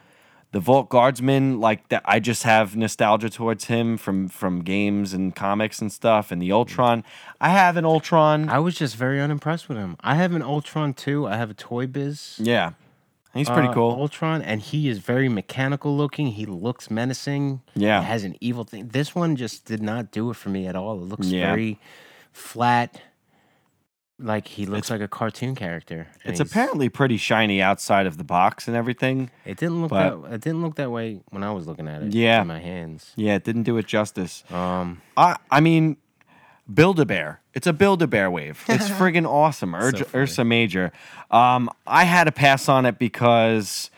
A: The Vault Guardsman, like that, I just have nostalgia towards him from from games and comics and stuff. And the Ultron, I have an Ultron.
B: I was just very unimpressed with him. I have an Ultron too. I have a Toy Biz.
A: yeah, he's pretty
B: uh,
A: cool.
B: Ultron, and he is very mechanical looking. He looks menacing.
A: Yeah.
B: He has an evil thing. This one just did not do it for me at all. It looks
A: Yeah.
B: very flat. Like he looks like a cartoon character. and
A: It's
B: he's-
A: apparently pretty shiny outside of the box and everything.
B: It didn't look
A: But-
B: that. It didn't look that way when I was looking at it.
A: Yeah.
B: in my hands.
A: Yeah, it didn't do it justice.
B: Um,
A: I I mean, Build a Bear. It's a Build a Bear wave. It's friggin' awesome. Ur-
B: funny.
A: Ursa Major. Um, I had a pass on it because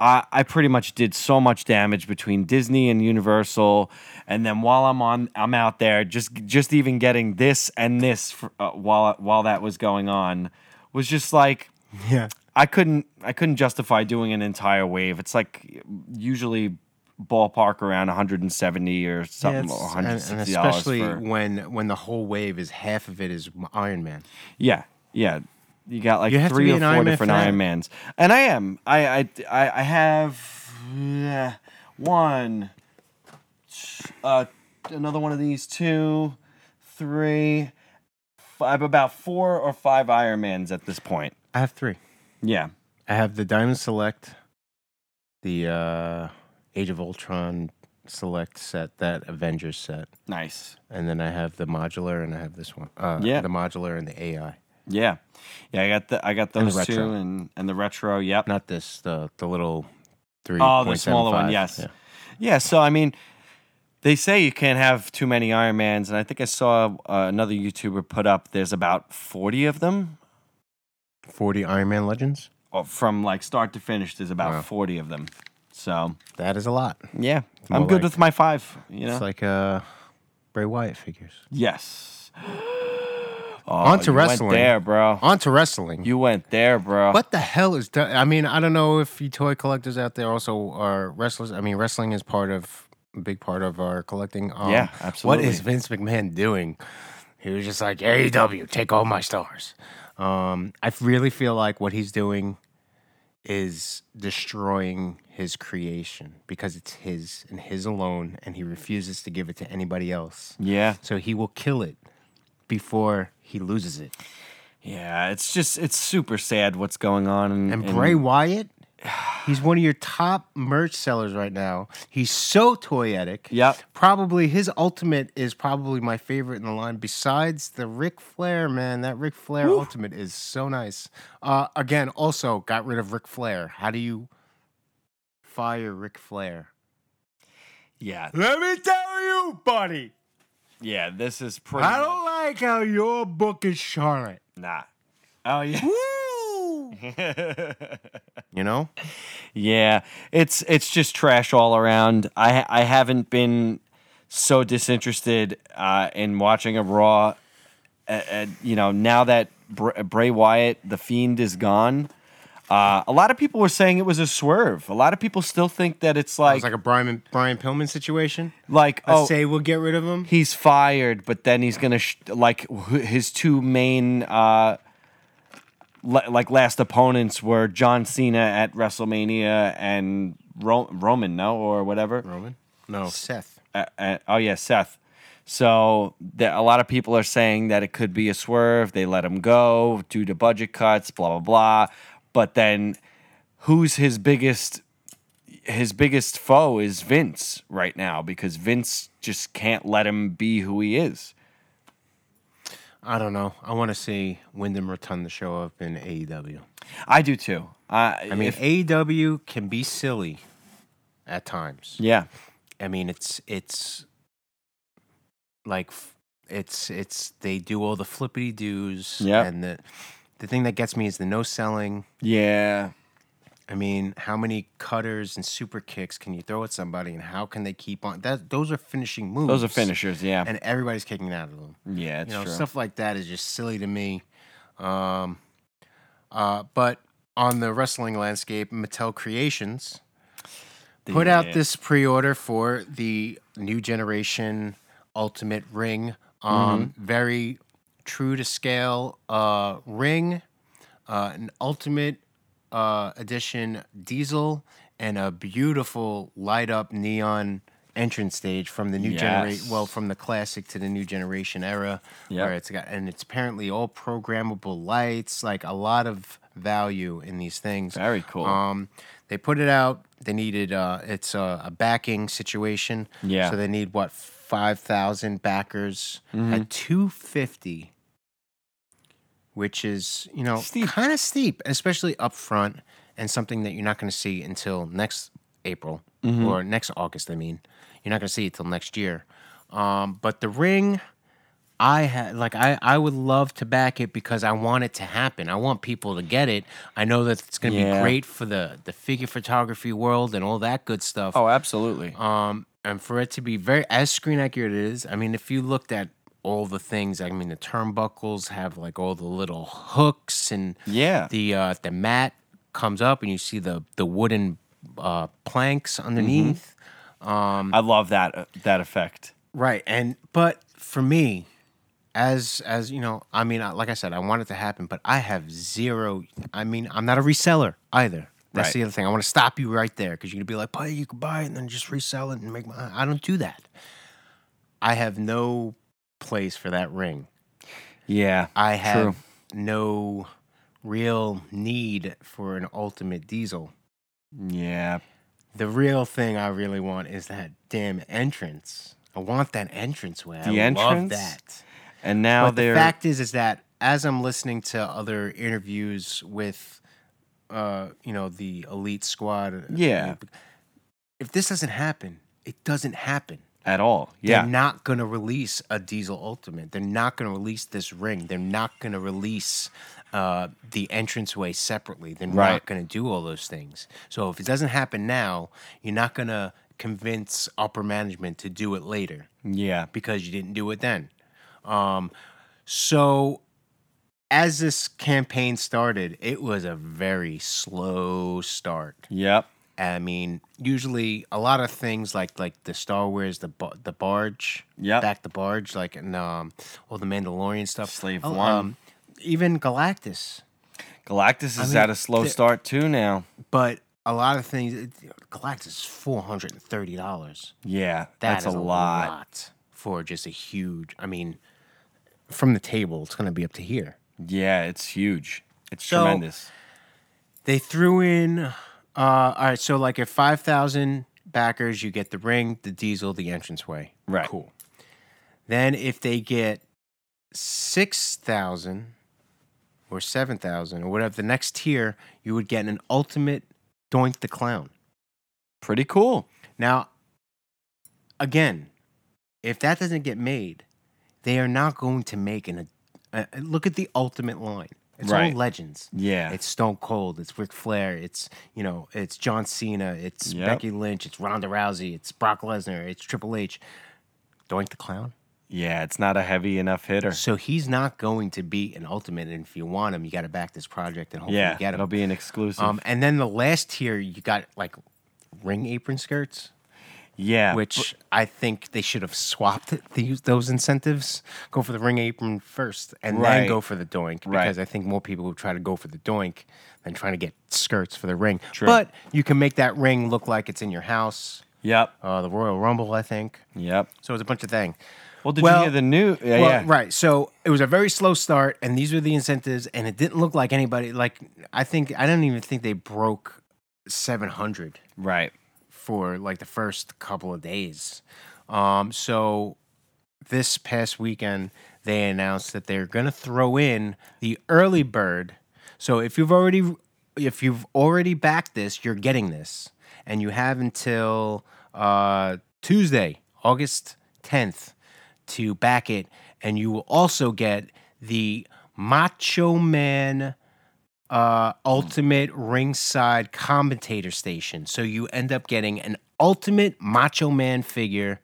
A: I, I pretty much did so much damage between Disney and Universal, and then while I'm on, I'm out there just just even getting this and this fr- uh, while while that was going on was just like.
B: Yeah.
A: I couldn't I couldn't justify doing an entire wave. It's like usually ballpark around 170 or
B: Yeah,
A: something
B: it's-
A: or
B: and,
A: 160
B: and especially
A: dollars for,
B: when when the whole wave is half of it is m- Iron Man.
A: yeah yeah you got like
B: You have to
A: three
B: be
A: or
B: an
A: four
B: Iron Man
A: different
B: fan.
A: Iron Mans and I am I I I, I have yeah, one uh another one of these two three five about four or five Iron Mans at this point
B: I have three.
A: yeah
B: I have the Diamond Select, the uh, Age of Ultron Select set, that Avengers set,
A: nice
B: and then I have the modular, and I have this one. Uh,
A: Yeah.
B: the modular and the AI.
A: Yeah, yeah. I got the I got
B: And the
A: those two
B: retro.
A: and and the retro. Yep.
B: Not this, the the little three.
A: Oh, the smaller one.
B: 0.75.
A: Yes.
B: Yeah.
A: Yeah. So I mean, they say you can't have too many Iron Mans, and I think I saw uh, another YouTuber put up. There's about forty of them.
B: Forty Iron Man Legends.
A: Oh, From like start to finish, there's about
B: Wow.
A: forty of them. So
B: That is a lot.
A: yeah,
B: more
A: I'm good
B: like-
A: with my five. You know.
B: It's like uh, Bray Wyatt figures.
A: yes. Oh,
B: On to
A: you
B: wrestling.
A: Went there, bro.
B: On to wrestling.
A: You went there, bro.
B: What the hell is? Di- I mean, I don't know if you toy collectors out there also are wrestlers. I mean, wrestling is part of a big part of our collecting. Um,
A: Yeah,
B: What is Vince McMahon doing? He was just like AEW, take all my stars. Um, I really feel like what he's doing is destroying his creation because it's his and his alone, and he refuses to give it to anybody else.
A: Yeah.
B: So he will kill it before he loses it.
A: Yeah. It's just it's super sad what's going on. in-
B: And
A: in-
B: Bray Wyatt, he's one of your top merch sellers right now. He's so toyetic.
A: Yep.
B: Probably his ultimate is probably my favorite in the line besides the Ric Flair, man. That Ric Flair ultimate is so nice. Uh, again, also got rid of Ric Flair. How do you fire Ric Flair?
A: yeah.
B: Let me tell you, buddy.
A: Yeah, this is pretty.
B: I don't like how your book is Charlotte.
A: Nah. Oh yeah.
B: Woo! you know?
A: yeah, it's it's just trash all around. I I haven't been so disinterested uh, in watching a Raw. Uh, uh, you know, now that Br- Bray Wyatt, the Fiend, is gone. Uh, a lot of people were saying it was a swerve. A lot of people still think that it's like,
B: It's
A: like,
B: like a Brian Brian Pillman situation.
A: oh,
B: say we'll get rid of him.
A: he's fired, but then he's gonna sh- like wh- his two main uh, le- like last opponents were John Cena at WrestleMania and Ro- Roman, no, or whatever.
B: Roman? No. Seth.
A: Uh, uh, oh yeah, Seth. So the, a lot of people are saying that it could be a swerve. They let him go due to budget cuts, blah blah blah. But then, who's his biggest? His biggest foe is Vince right now because Vince just can't let him be who he is.
B: I don't know. I want to see Wyndham Rotunda show up in AEW.
A: I do too. I,
B: I mean, AEW can be silly at times.
A: yeah,
B: I mean, it's it's like f- it's it's they do all the flippity doos.
A: Yep.
B: and the the thing that gets me is the no selling.
A: yeah,
B: I mean, how many cutters and super kicks can you throw at somebody, and how can they keep on? That those are finishing moves.
A: those are finishers. Yeah,
B: and everybody's kicking out of them.
A: yeah, it's
B: you know,
A: true.
B: stuff like that is just silly to me. Um, uh, but on the wrestling landscape, Mattel Creations put out
A: Yeah.
B: this pre-order for the new generation Ultimate Ring. Um,
A: Mm-hmm.
B: very true to scale uh, ring, uh, an Ultimate uh, Edition Diesel, and a beautiful light up neon entrance stage from the new generation.
A: Yes.
B: Well, from the classic to the new generation era
A: Yep.
B: where it's got and it's apparently all programmable lights like a lot of value in these things
A: Very cool.
B: um they put it out they needed uh it's a, a backing situation
A: Yeah.
B: so they need what 5000 backers
A: Mm-hmm.
B: at 250 which is you know
A: Steep.
B: kind of steep especially up front and something that you're not going to see until next april
A: Mm-hmm.
B: or next august i mean you're not going to see it till next year um, but the ring I had like I I would love to back it because I want it to happen. I want people to get it. I know that it's going to
A: Yeah.
B: be great for the the figure photography world and all that good stuff.
A: Oh, absolutely.
B: Um, and for it to be very as screen accurate it is, I mean, if you looked at all the things, I mean, the turnbuckles have like all the little hooks and
A: Yeah.
B: the uh, the mat comes up and you see the the wooden uh, planks
A: Mm-hmm.
B: underneath.
A: I love that uh, that effect.
B: Right, and but for me, as as you know, I mean, I- like I said, I want it to happen, but I have zero. I mean, I'm not a reseller either. That's
A: Right.
B: the other thing. I want to stop you right there because you're gonna be like, "But you can buy it and then just resell it and make my." I don't do that. I have no place for that ring.
A: Yeah.
B: I have
A: True.
B: no real need for an ultimate diesel.
A: Yeah.
B: The real thing I really want is that damn entrance. I want that entrance way. I
A: The
B: love
A: entrance?
B: that.
A: And now
B: but the
A: they're
B: fact is, is that as I'm listening to other interviews with, uh, you know, the elite squad. uh,
A: Yeah.
B: If this doesn't happen, it doesn't happen.
A: at all. Yeah.
B: They're not going to release a Diesel Ultimate. They're not going to release this ring. They're not going to release uh, the entranceway separately. They're
A: Right.
B: not going to do all those things. So if it doesn't happen now, you're not going to convince upper management to do it later
A: yeah.
B: because you didn't do it then. Um, so as this campaign started, it was a very slow start.
A: Yep.
B: I mean, usually a lot of things like like the Star Wars, the ba- the barge,
A: Yep.
B: back the barge, like and um, all the Mandalorian stuff,
A: Slave
B: Oh,
A: One.
B: even Galactus.
A: Galactus is
B: mean,
A: at a slow
B: the-
A: start too now.
B: But a lot of things, it- Galactus four hundred and thirty dollars.
A: Yeah.
B: That
A: That's
B: is
A: a lot.
B: for just a huge. I mean, from the table, it's going to be up to here.
A: Yeah, it's huge. It's
B: So-
A: tremendous.
B: They threw in. Uh, all right, so like at five thousand backers, you get the ring, the diesel, the entranceway.
A: Right.
B: Cool. Then if they get six thousand or seven thousand or whatever the next tier, you would get an ultimate Doink the Clown.
A: Pretty cool.
B: Now, again, if that doesn't get made, they are not going to make an. Uh, look at the ultimate line. It's
A: Right.
B: all legends.
A: Yeah.
B: It's Stone Cold. It's Ric Flair. It's you know. It's John Cena. It's
A: Yep.
B: Becky Lynch. It's Ronda Rousey. It's Brock Lesnar. It's Triple H. Doink the Clown.
A: yeah, it's not a heavy enough hitter.
B: So he's not going to be an ultimate. And if you want him, you got to back this project and hopefully
A: Yeah,
B: get
A: it'll
B: him.
A: be an exclusive.
B: Um, and then the last tier, you got like ring apron skirts,
A: yeah,
B: which I think they should have swapped it, these, those incentives. Go for the ring apron first and
A: Right.
B: then go for the doink
A: Right.
B: because I think more people would try to go for the doink than trying to get skirts for the ring. But you can make that ring look like it's in your house.
A: Yep.
B: Uh, the Royal Rumble, I think.
A: Yep.
B: So it's a bunch of things.
A: Well, did you hear the new? Yeah,
B: Well,
A: Uh, yeah.
B: right. So it was a very slow start, and these were the incentives, and it didn't look like anybody. Like I think I don't even think they broke seven hundred
A: Right.
B: for like the first couple of days. Um, so this past weekend, they announced that they're gonna throw in the early bird. So if you've already if you've already backed this, you're getting this, and you have until uh, Tuesday, August tenth, to back it, and you will also get the Macho Man uh, ultimate ringside commentator station. So you end up getting an ultimate Macho Man figure,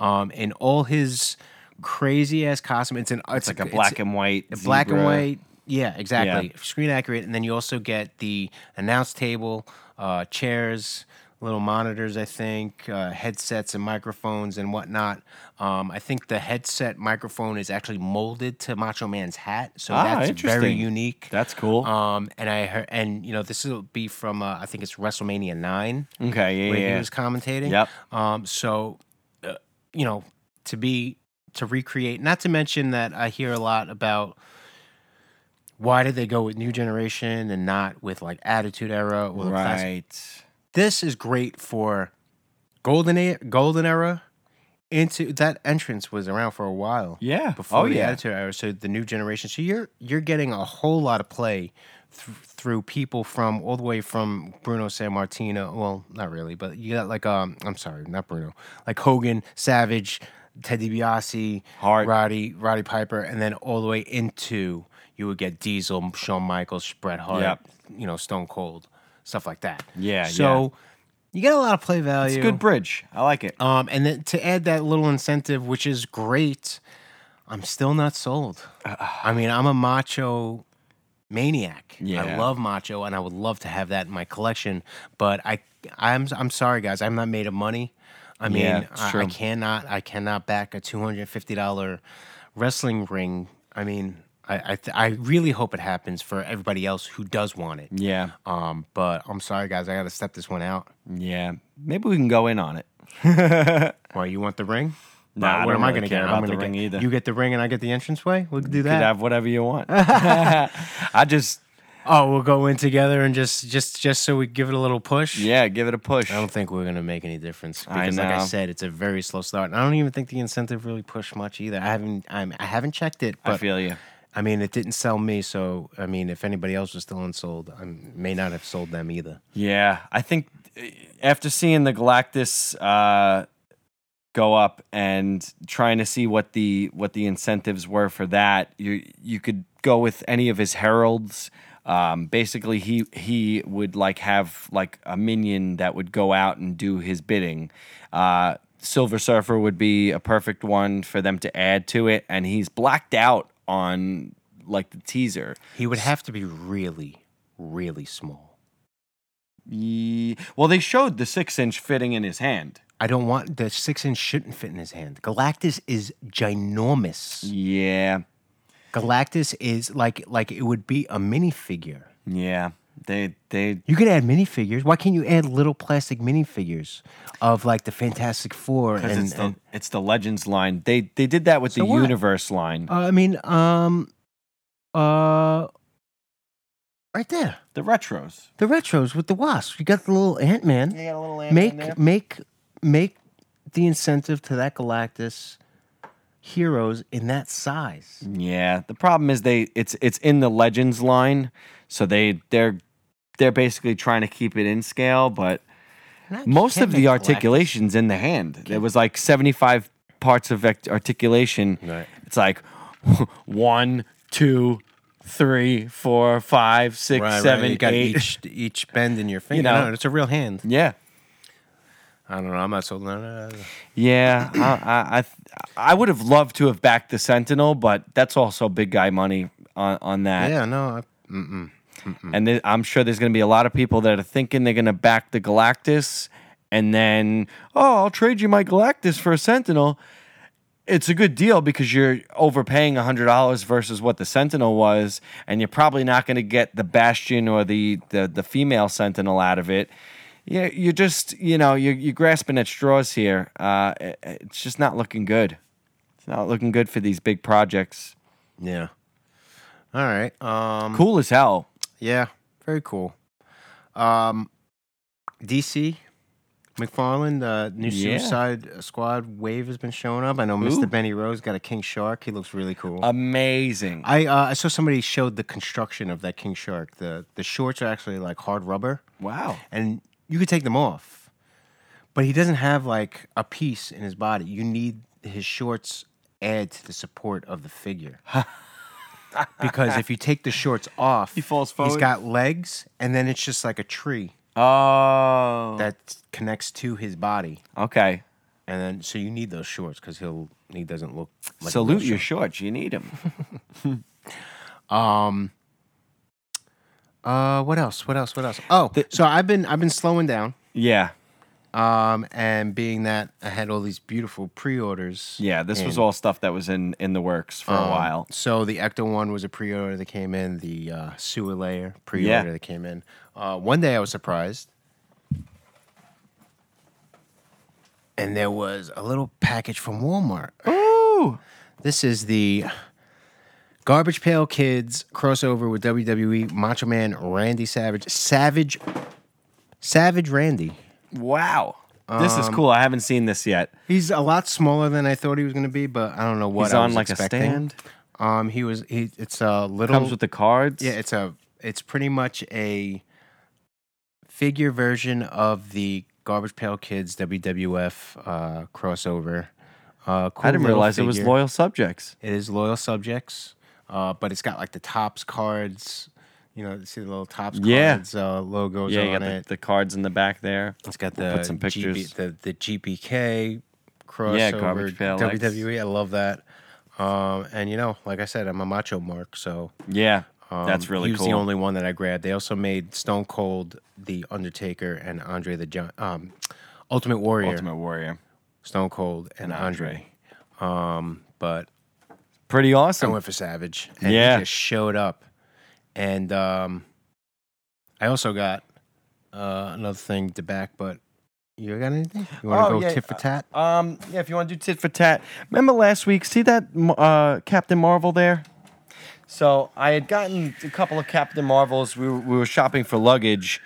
B: um, in all his crazy ass costume. It's an it's
A: Like a black
B: it's
A: and white.
B: a black and
A: zebra.
B: white. Yeah, exactly. Screen accurate, and then you also get the announce table, uh, chairs, little monitors. I think uh, headsets and microphones and whatnot. Um, I think the headset microphone is actually molded to Macho Man's hat, so
A: Ah,
B: that's very
A: interesting.
B: unique.
A: That's cool.
B: Um, and I heard, and you know, this will be from uh, I think it's WrestleMania nine
A: okay. Yeah.
B: where
A: Yeah.
B: he
A: yeah.
B: was commentating.
A: Yep.
B: Um, so, uh, you know, to be to recreate, not to mention that I hear a lot about why did they go with New Generation and not with like Attitude Era or the classic
A: Right.
B: this is great for golden era, golden era into that entrance was around for a while
A: Yeah.
B: before
A: Oh,
B: the
A: yeah.
B: attitude era so the new generation so you're you're getting a whole lot of play th- through people from all the way from Bruno San Martino well not really but you got like um I'm sorry not Bruno like Hogan Savage Ted DiBiase,
A: Hart.
B: Roddy, Roddy Piper, and then all the way into you would get Diesel, Shawn Michaels, Bret Hart,
A: Yep.
B: you know, Stone Cold, stuff like that.
A: Yeah,
B: So you get a lot of play value.
A: It's a good bridge. I like it.
B: Um, and then to add that little incentive, which is great, I'm still not sold.
A: Uh-uh.
B: I mean, I'm a macho maniac. I
A: Yeah.
B: love macho, and I would love to have that in my collection. But I, I'm, I'm sorry, guys, I'm not made of money. I mean,
A: Yeah, it's
B: I, I
A: true.
B: cannot, I cannot back a two hundred fifty dollar wrestling ring. I mean, I, I, th- I really hope it happens for everybody else who does want it.
A: Yeah.
B: Um, but I'm sorry, guys, I got to step this one out.
A: Yeah. Maybe we can go in on it.
B: Why you want the ring?
A: Nah, I
B: what
A: don't
B: am I
A: really
B: going to
A: care
B: get?
A: about
B: I'm
A: the
B: gonna
A: ring
B: get-
A: either.
B: You get the ring and I get the entranceway. We'll do
A: You
B: that.
A: could have whatever you want. I just,
B: oh, we'll go in together and just just just so we give it a little push.
A: yeah, give it a push.
B: I don't think we're going to make any difference
A: I
B: because, like I
A: know.
B: said, it's a very slow start. And I don't even think the incentive really pushed much either. I haven't I'm, I haven't checked it, but
A: I feel you.
B: I mean, it didn't sell me. So I mean, if anybody else was still unsold, I may not have sold them either.
A: Yeah, I think uh, after seeing the Galactus uh, go up and trying to see what the what the incentives were for that, you you could go with any of his heralds. Um, basically, he he would like have like a minion that would go out and do his bidding. Uh, Silver Surfer would be a perfect one for them to add to it, and he's blacked out on like the teaser.
B: He would have to be really, really small.
A: Ye- Well, they showed the six inch fitting in his hand.
B: I don't want the six inch shouldn't fit in his hand. Galactus is ginormous.
A: Yeah,
B: Galactus is like like it would be a minifigure.
A: yeah. They they
B: You can add minifigures. Why can't you add little plastic minifigures of like the Fantastic Four?
A: because
B: And,
A: it's the
B: and-
A: it's the Legends line. They they did that with
B: So
A: the
B: what?
A: Universe line.
B: uh, I mean, um, uh, right there,
A: the retros.
B: the retros with the wasp. You got the little Ant Man.
A: got a little
B: Make make make the incentive to that Galactus heroes in that size.
A: Yeah. The problem is they it's it's in the Legends line, so they they're they're basically trying to keep it in scale, but
B: And I
A: most
B: can't
A: of the
B: make Galactus-
A: articulations in the hand. There was like 75 parts of act- articulation.
B: Right.
A: It's like one, two, three, four, five, six,
B: Right, right.
A: seven,
B: You got
A: eight.
B: each each bend in your finger.
A: know.
B: no, it's a real hand.
A: Yeah.
B: I don't know. I'm not sold on it. either.
A: Yeah, I, I, I, I would have loved to have backed the Sentinel, but that's also big guy money on, on that.
B: Yeah, no. I,
A: And th- I'm sure there's going to be a lot of people that are thinking they're going to back the Galactus, and then oh, I'll trade you my Galactus for a Sentinel. It's a good deal because you're overpaying hundred dollars versus what the Sentinel was, and you're probably not going to get the Bastion or the, the the female Sentinel out of it. Yeah, you're just you know you're, you're grasping at straws here. Uh, it- it's just not looking good. It's not looking good for these big projects.
B: yeah. All right. Um.
A: Cool as hell.
B: Yeah. Very cool. Um. DC. McFarland, the new
A: Yeah.
B: Suicide Squad wave has been showing up. I know
A: Ooh. Uh,
B: Mr. Benny Rose got a King Shark. He looks really cool.
A: Amazing.
B: I uh, I saw somebody showed the construction of that King Shark. The the shorts are actually like hard rubber.
A: wow.
B: and you could take them off. But he doesn't have like a piece in his body. You need his shorts add to the support of the figure. because if you take the shorts off, he
A: falls
B: He's
A: forward.
B: got legs, and then it's just like a tree
A: Oh.
B: that connects to his body.
A: Okay.
B: And then so you need those shorts because he'll he doesn't look like a real
A: Salute your
B: shark.
A: shorts. You need them.
B: Um. Uh, what else? What else? What else? Oh, so I've been I've been slowing down.
A: yeah.
B: Um, and being that I had all these beautiful pre-orders.
A: Yeah. This was
B: in,
A: all stuff that was in in the works for a
B: um,
A: while.
B: So the Ecto one was a pre-order that came in. The uh, sewer layer pre-order
A: Yeah.
B: that came in. Uh, one day I was surprised, and there was a little package from Walmart.
A: Ooh.
B: This is the Garbage Pail Kids crossover with WWE Macho Man Randy Savage. Savage, Savage Randy.
A: Wow. This
B: Um,
A: is cool. I haven't seen this yet.
B: He's a lot smaller than I thought he was going to be, but I don't know what
A: He's
B: I
A: on
B: was
A: like
B: expecting.
A: a stand.
B: Um, he was he. It's a little.
A: Comes with the cards.
B: yeah, it's a. It's pretty much a figure version of the Garbage Pail Kids WWF uh, crossover. Uh, cool
A: I didn't
B: little
A: realize it was
B: figure.
A: loyal subjects.
B: It is loyal subjects, uh, but it's got like the tops cards. You know, see the little tops
A: Yeah.
B: cards uh, logos
A: Yeah,
B: on
A: you got the,
B: it.
A: the cards in the back there.
B: it's got the
A: We'll put some
B: GB
A: pictures.
B: the the GPK crossover.
A: Yeah, garbage pail X.
B: WWE. I love that. Um, and you know, like I said, I'm a macho mark, so
A: Yeah, that's
B: um,
A: really
B: he was
A: cool.
B: the only one that I grabbed. They also made Stone Cold, The Undertaker, and Andre the Giant, um, Ultimate Warrior,
A: Ultimate Warrior.
B: Stone Cold, and Andre. Um, but
A: Pretty
B: I
A: awesome.
B: went for Savage, and
A: Yeah.
B: he just showed up. And um, I also got uh, another thing to back, but you got anything? You want to
A: Oh,
B: go
A: yeah,
B: tit for tat?
A: Um, yeah, if you want to do tit for tat. Remember last week? See that uh, Captain Marvel there? So I had gotten a couple of Captain Marvels. We were, we were shopping for luggage,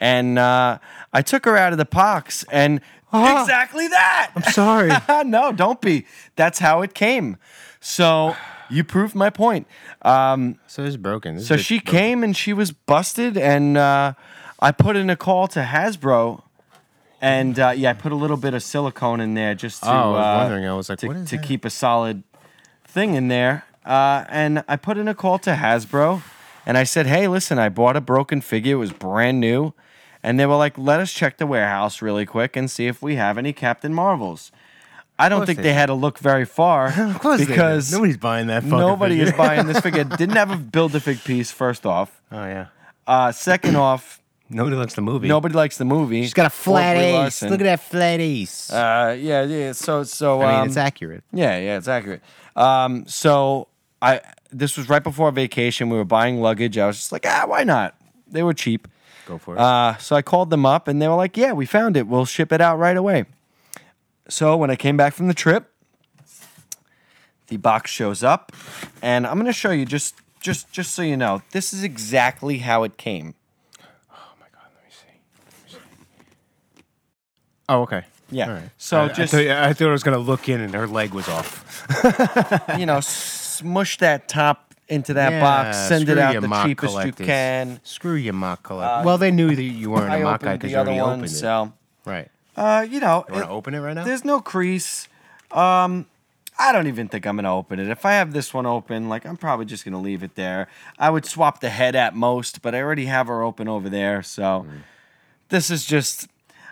A: and uh, I took her out of the box, and
B: Ah.
A: exactly that.
B: I'm sorry.
A: no, don't be. That's how it came. So you proved my point. Um,
B: so it's broken. This
A: so
B: bitch
A: she
B: broken.
A: came and she was busted, and uh, I put in a call to Hasbro, and uh, yeah, I put a little bit of silicone in there just to.
B: Oh, I was
A: uh,
B: wondering. I was like,
A: to,
B: what is
A: to
B: that?
A: keep a solid thing in there. Uh, and I put in a call to Hasbro, and I said, "Hey, listen, I bought a broken figure. It was brand new." And they were like, "Let us check the warehouse really quick and see if we have any Captain Marvels." I don't
B: course
A: think
B: they
A: they, had to look very far
B: Of course they did.
A: because
B: nobody's buying that. Fucking
A: Nobody is
B: figure.
A: buying this figure. Didn't have a build a fig piece, first off.
B: Oh yeah.
A: Uh, second off,
B: Nobody likes the movie.
A: nobody likes the movie.
B: She's got a flat
A: Or Brie
B: ace.
A: Larson.
B: Look at that flat ace.
A: Uh, yeah, yeah. So, so.
B: I mean,
A: um,
B: it's accurate.
A: Yeah, yeah, it's accurate. Um, so I this was right before vacation. We were buying luggage. I was just like, ah, why not? They were cheap.
B: Go for it.
A: Uh, so I called them up, and they were like, yeah, we found it. We'll ship it out right away. So when I came back from the trip, the box shows up, and I'm gonna show you just just just so you know. This is exactly how it came.
B: oh, okay.
A: Yeah.
B: All right.
A: So
B: I- I
A: just-
B: thought- I thought I was gonna look in, and her leg was off.
A: you know, smush that top into that
B: Yeah,
A: box, send it
B: screw
A: out
B: your
A: the
B: mock
A: cheapest you
B: collectors.
A: can. Uh,
B: Screw your mock collector. well, they knew that you weren't
A: I
B: a mock guy
A: opened
B: because
A: the
B: you
A: other
B: already
A: one,
B: opened it.
A: so.
B: Right.
A: Uh, you know,
B: You want
A: it-
B: to open it right now?
A: there's no crease. Um, I don't even think I'm gonna open it. If I have this one open, like I'm probably just gonna leave it there. I would swap the head at most, but I already have her open over there, so
B: Hmm.
A: this is just.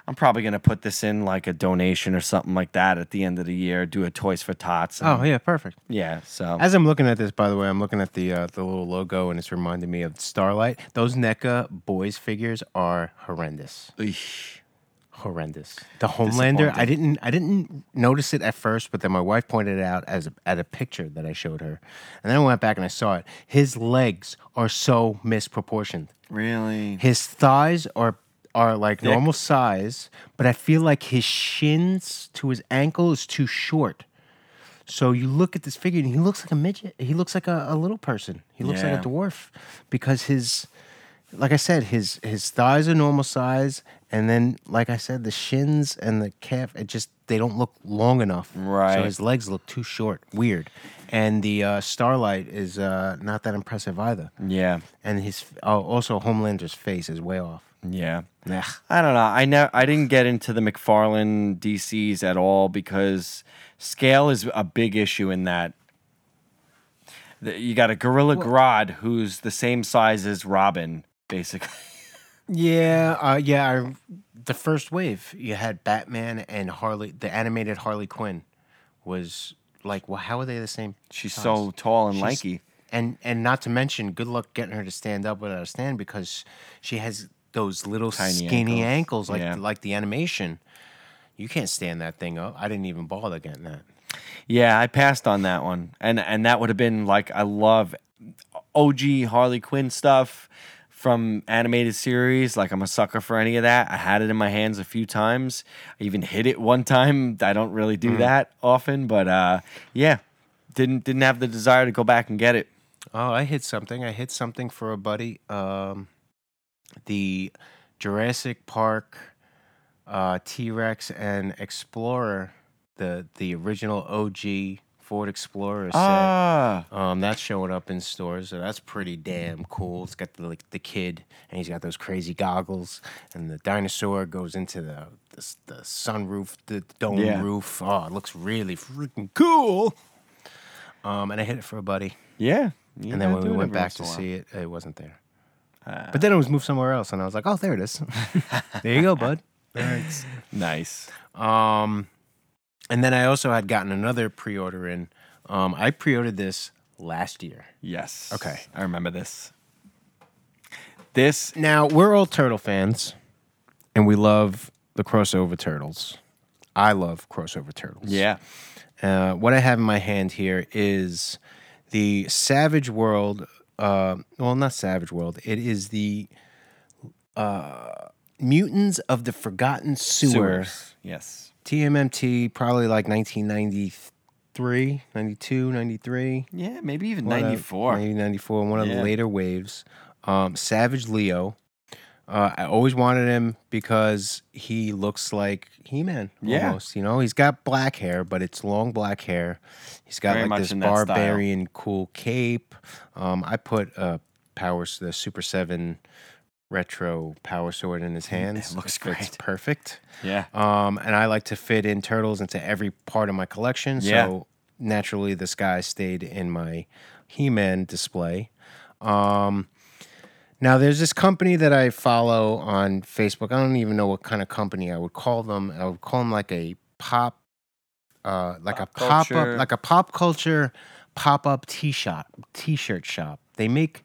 A: I'm probably gonna put this in like a donation or something like that at the end of the year. Do a Toys for Tots. and-
B: oh yeah, perfect.
A: yeah. So
B: As I'm looking at this, by the way, I'm looking at the uh, the little logo, and it's reminding me of Starlight. Those NECA boys figures are horrendous.
A: Eesh.
B: horrendous. The Homelander, I
A: Disappointing.
B: didn't I didn't notice it at first, but then my wife pointed it out as a, at a picture that I showed her, and then I went back and I saw it. His legs are so misproportioned.
A: really,
B: His thighs are are like normal size, but I feel like his shins to his ankle is too short. So you look at this figure and he looks like a midget. He looks like a, a little person. He looks
A: Yeah.
B: like a dwarf because his like I said, his his thighs are normal size and then like I said, the shins and the calf it just they don't look long enough. So
A: Right.
B: his legs look too short. Weird. And the uh, starlight is uh, not that impressive either
A: yeah,
B: and his oh, also Homelander's face is way off.
A: yeah.
B: Nah.
A: I don't know. I know I didn't get into the McFarlane DCs at all because scale is a big issue in that. The- You got a Gorilla Grodd who's the same size as Robin, basically.
B: Yeah, uh, yeah. I, the first wave you had Batman and Harley, the animated Harley Quinn, was like, well, how are they the same?
A: She's
B: size?
A: so tall and
B: She's-
A: lanky.
B: and and not to mention, good luck getting her to stand up without a stand because she has those little
A: Tiny
B: skinny
A: ankles.
B: ankles, like
A: Yeah.
B: like the animation. You can't stand that thing up. I didn't even bother getting that.
A: Yeah, I passed on that one, and and that would have been like I love OG Harley Quinn stuff from animated series. Like I'm a sucker for any of that. I had it in my hands a few times. I even hit it one time. I don't really
B: Mm-hmm.
A: do that often, but uh, yeah, didn't didn't have the desire to go back and get it.
B: Oh, I hit something. I hit something for a buddy. Um, the Jurassic Park uh, T Rex and Explorer, the the original OG Ford Explorer set.
A: Ah,
B: Um, that's showing up in stores, so that's pretty damn cool. It's got the like the kid, and he's got those crazy goggles, and the dinosaur goes into the the, s- the sunroof, the dome
A: Yeah.
B: roof. Oh, it looks really freaking cool. Um, and I hit it for a buddy,
A: yeah. You
B: and then
A: gotta
B: when
A: do
B: we
A: it
B: went
A: every
B: back
A: once in
B: to
A: a while.
B: see it, it wasn't there. but then it was moved somewhere else, and I was like, "Oh, there it is. there you go, bud." Thanks.
A: nice.
B: Um, and then I also had gotten another pre-order in. Um, I pre-ordered this last year.
A: Yes.
B: Okay.
A: I remember this. This
B: Now we're all turtle fans, and we love the crossover turtles. I love crossover turtles.
A: yeah.
B: Uh, what I have in my hand here is the Savage World. Uh, well, not Savage World. It is the uh, Mutants of the Forgotten Sewer.
A: Sewers. Yes.
B: TMMT, probably like 1993, 92, 93.
A: Yeah, maybe even
B: One of-
A: 94.
B: maybe 94, one of
A: Yeah.
B: the later waves. Um, Savage Leo. Uh, I always wanted him because he looks like He Man
A: Yeah.
B: almost. You know, he's got black hair, but it's long black hair. He's got
A: Very
B: like
A: much
B: this
A: in that style.
B: barbarian cool cape. Um, I put uh, powers the Super Seven retro power sword in his hands.
A: looks
B: It's
A: great.
B: perfect.
A: Yeah.
B: Um, and I like to fit in turtles into every part of my collection.
A: Yeah.
B: So naturally, this guy stayed in my He Man display. Um, now, there's this company that I follow on Facebook. I don't even know what kind of company I would call them. I would call them like a pop, uh, like a
A: Pop
B: pop up,
A: culture.
B: like a pop culture pop up t shop, t shirt shop. They make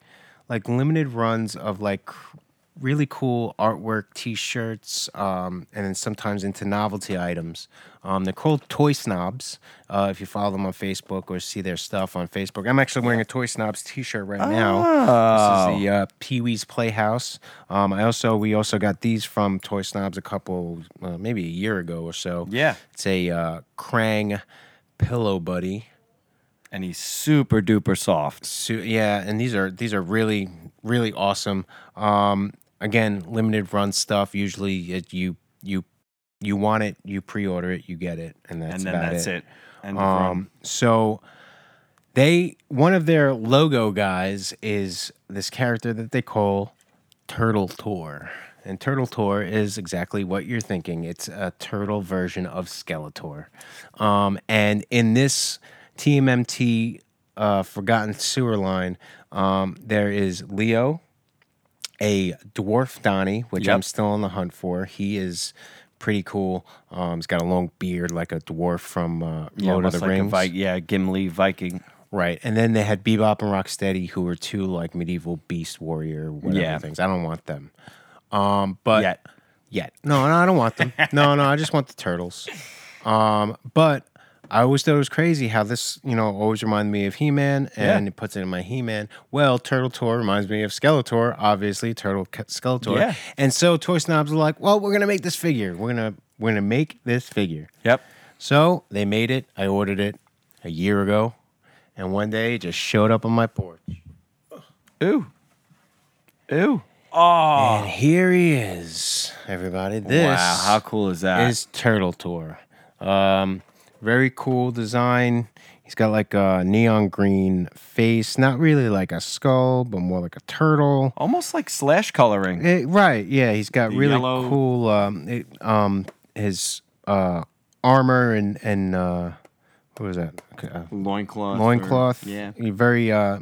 B: like limited runs of like cr- really cool artwork t-shirts um, and then sometimes into novelty items um, they're called toy snobs uh, if you follow them on facebook or see their stuff on facebook i'm actually wearing a toy snobs t-shirt right
A: Oh,
B: now this is the uh, pee-wee's playhouse um, i also we also got these from toy snobs a couple uh, maybe a year ago or so
A: Yeah.
B: it's a uh, krang pillow buddy
A: And he's super duper soft.
B: Su- yeah, and these are these are really really awesome. Um, again, limited run stuff. Usually, it, you you you want it, you pre-order it, you get it, and that's
A: and then
B: about
A: that's
B: it.
A: it. And
B: Um, so they one of their logo guys is this character that they call Turtle Tor. And Turtle Tor is exactly what you're thinking. It's a turtle version of Skeletor. Um, and in this TMMT uh, Forgotten Sewer line, um, there is Leo, a dwarf Donnie, which
A: Yep.
B: I'm still on the hunt for. He is pretty cool. Um, he's got a long beard like a dwarf from uh,
A: yeah,
B: Lord
A: almost
B: of the
A: like a
B: Rings.
A: Vi- yeah, Gimli Viking.
B: Right. And then they had Bebop and Rocksteady, who were two like medieval beast warrior whatever
A: Yeah.
B: things. I don't want them. Um, but
A: Yet.
B: yet. No, no, I don't want them. no, no, I just want the turtles. Um, but I always thought it was crazy how this, you know, always reminded me of He Man and
A: Yeah.
B: it puts it in my He Man. Well, Turtle Tour reminds me of Skeletor, obviously, Turtle Ke- Skeletor.
A: Yeah.
B: And so Toy Snobs are like, well, we're gonna make this figure. We're gonna we're gonna make this figure.
A: Yep.
B: So they made it. I ordered it a year ago, and one day it just showed up on my porch.
A: Ooh. Ooh. Oh.
B: And here he is, everybody. This
A: wow. How cool is that?
B: is Turtle Tour. Um, very cool design. He's got like a neon green face, not really like a skull, but more like a turtle.
A: Almost like slash coloring.
B: Eh, right? Yeah, he's got really
A: yellow-
B: cool. Um, it, um, his uh armor and and uh, what was that? Okay, uh,
A: Loincloth.
B: loincloth.
A: or- Yeah.
B: He Very uh,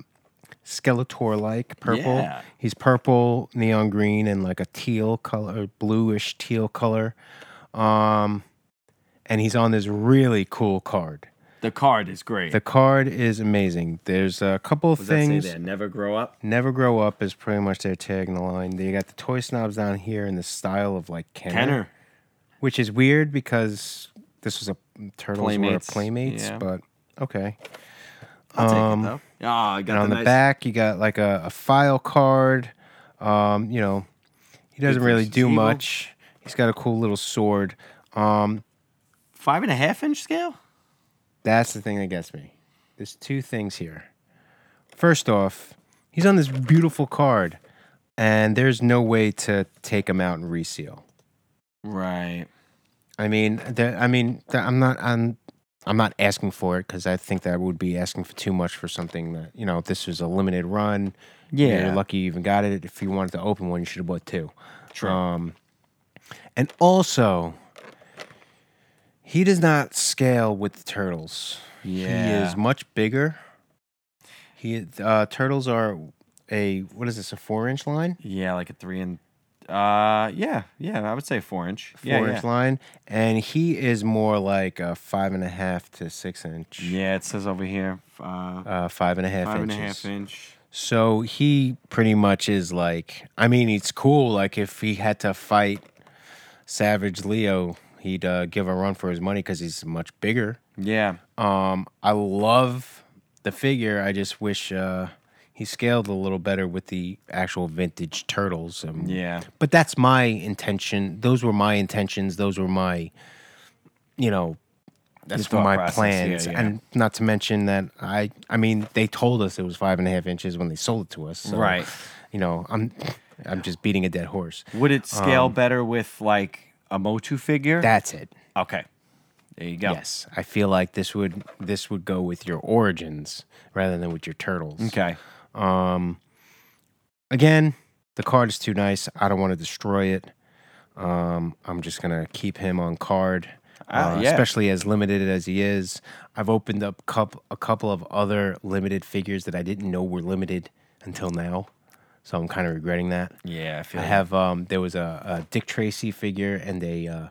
B: Skeletor like purple.
A: Yeah.
B: He's purple, neon green, and like a teal color, bluish teal color. Um, and he's on this really cool card.
A: The card is great.
B: The card is amazing. There's a couple of
A: Does that say
B: things.
A: there? Never grow up.
B: Never grow up is pretty much their tag in the line. They got the toy snobs down here in the style of like Kenner,
A: Kenner.
B: which is weird because this was a turtles
A: Playmates,
B: were playmates,
A: yeah.
B: but okay.
A: I'll take it though. Ah, I got the
B: Um, And on the
A: nice-
B: back, you got like a, a file card. Um, you know, he doesn't
A: Good
B: really
A: versus
B: do
A: evil.
B: much. He's got a cool little sword. Um,
A: five and a half inch scale.
B: that's the thing that gets me. There's two things here. First off, he's on this beautiful card, and there's no way to take him out and reseal.
A: Right.
B: I mean, there, I mean, th- I'm not. I'm. I'm not asking for it because I think that would be asking for too much for something that you know. If this was a limited run,
A: Yeah.
B: you're lucky you even got it. If you wanted to open one, you should have bought two. True. Um, and also, he does not scale with the turtles. He
A: Yeah.
B: is much bigger. He uh, turtles are a what is this a four inch line?
A: Yeah, like a three and uh yeah, yeah, I would say four inch.
B: Four
A: Yeah,
B: inch
A: yeah.
B: line, and he is more like a five and a half to six inch.
A: Yeah, it says over here uh
B: Uh, five and a half
A: five and a
B: inches.
A: half inch.
B: So he pretty much is like, I mean, it's cool. Like if he had to fight Savage Leo, he'd uh, give a run for his money because he's much bigger.
A: Yeah.
B: Um, I love the figure. I just wish uh, he scaled a little better with the actual vintage turtles. Um,
A: Yeah.
B: But that's my intention. Those were my intentions. Those were my, you know, that's
A: thought
B: my
A: process.
B: plans.
A: Yeah, yeah.
B: And not to mention that I, I mean, they told us it was five and a half inches when they sold it to us. So,
A: Right.
B: You know, I'm, I'm just beating a dead horse.
A: Would it scale
B: um,
A: better with like a Motu figure?
B: That's it.
A: okay. There you go.
B: Yes, I feel like this would this would go with your origins rather than with your turtles.
A: Okay.
B: Um, again, the card is too nice. I don't want to destroy it. Um, I'm just gonna keep him on card,
A: Ah,
B: uh,
A: yeah.
B: especially as limited as he is. I've opened up coup- a couple of other limited figures that I didn't know were limited until now, so I'm kind of regretting that.
A: Yeah, I feel
B: I have um, there was a, a Dick Tracy figure and a uh,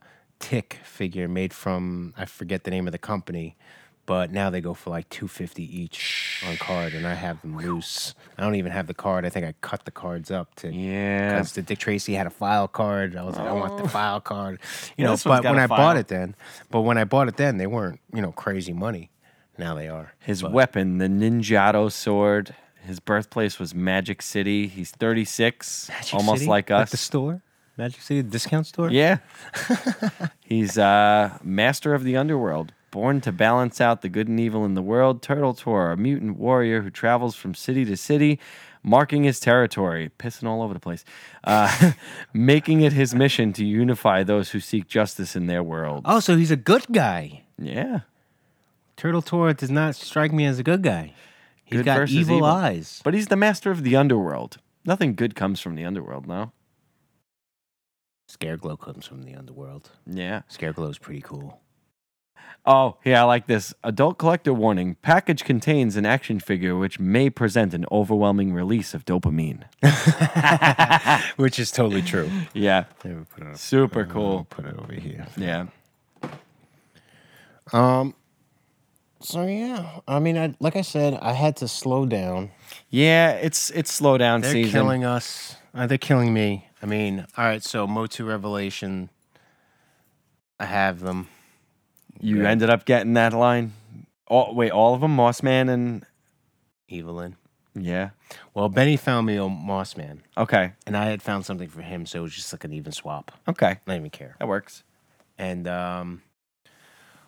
B: Tick figure made from I forget the name of the company, but now they go for like two fifty each on card, and I have them loose. I don't even have the card. I think I cut the cards up to
A: Yeah.
B: because the Dick Tracy had a file card. I was like, I want the file card, you
A: Yeah,
B: know.
A: this one's
B: But
A: got
B: when
A: a
B: I
A: file.
B: bought it then, but when I bought it then, they weren't you know crazy money. Now they are.
A: His weapon, the Ninjato sword. His birthplace was Magic City. He's 36,
B: Magic
A: almost
B: City?
A: like us.
B: the store, Magic City discount store.
A: Yeah. He's uh, master of the underworld, born to balance out the good and evil in the world. Turtle Tor, a mutant warrior who travels from city to city, marking his territory, pissing all over the place, uh, making it his mission to unify those who seek justice in their world.
B: Oh, so he's a good guy.
A: Yeah.
B: Turtle Tora does not strike me as a good guy. He's
A: Good
B: got
A: versus
B: evil, eyes.
A: But he's the master of the underworld. Nothing good comes from the underworld, no?
B: Scareglow comes from the underworld.
A: Yeah.
B: Scareglow's pretty cool.
A: Oh, yeah, I like this. Adult collector warning package contains an action figure which may present an overwhelming release of dopamine.
B: Which is totally true.
A: Yeah,
B: Here, we'll put it up-
A: super
B: we'll
A: cool.
B: put it over here.
A: Yeah.
B: Um so yeah, I mean I like I said, I had to slow down.
A: Yeah, it's it's slow down
B: They're
A: season.
B: killing us. Uh, they're killing me. I mean, all right, so Motu Revelation I have them.
A: you ended up getting that line. Oh, wait, all of them, Mossman and
B: Evelyn.
A: yeah.
B: Well, Benny found me a Mossman,
A: Okay.
B: and I had found something for him, so it was just like an even swap.
A: Okay.
B: I don't even care.
A: That works.
B: And um,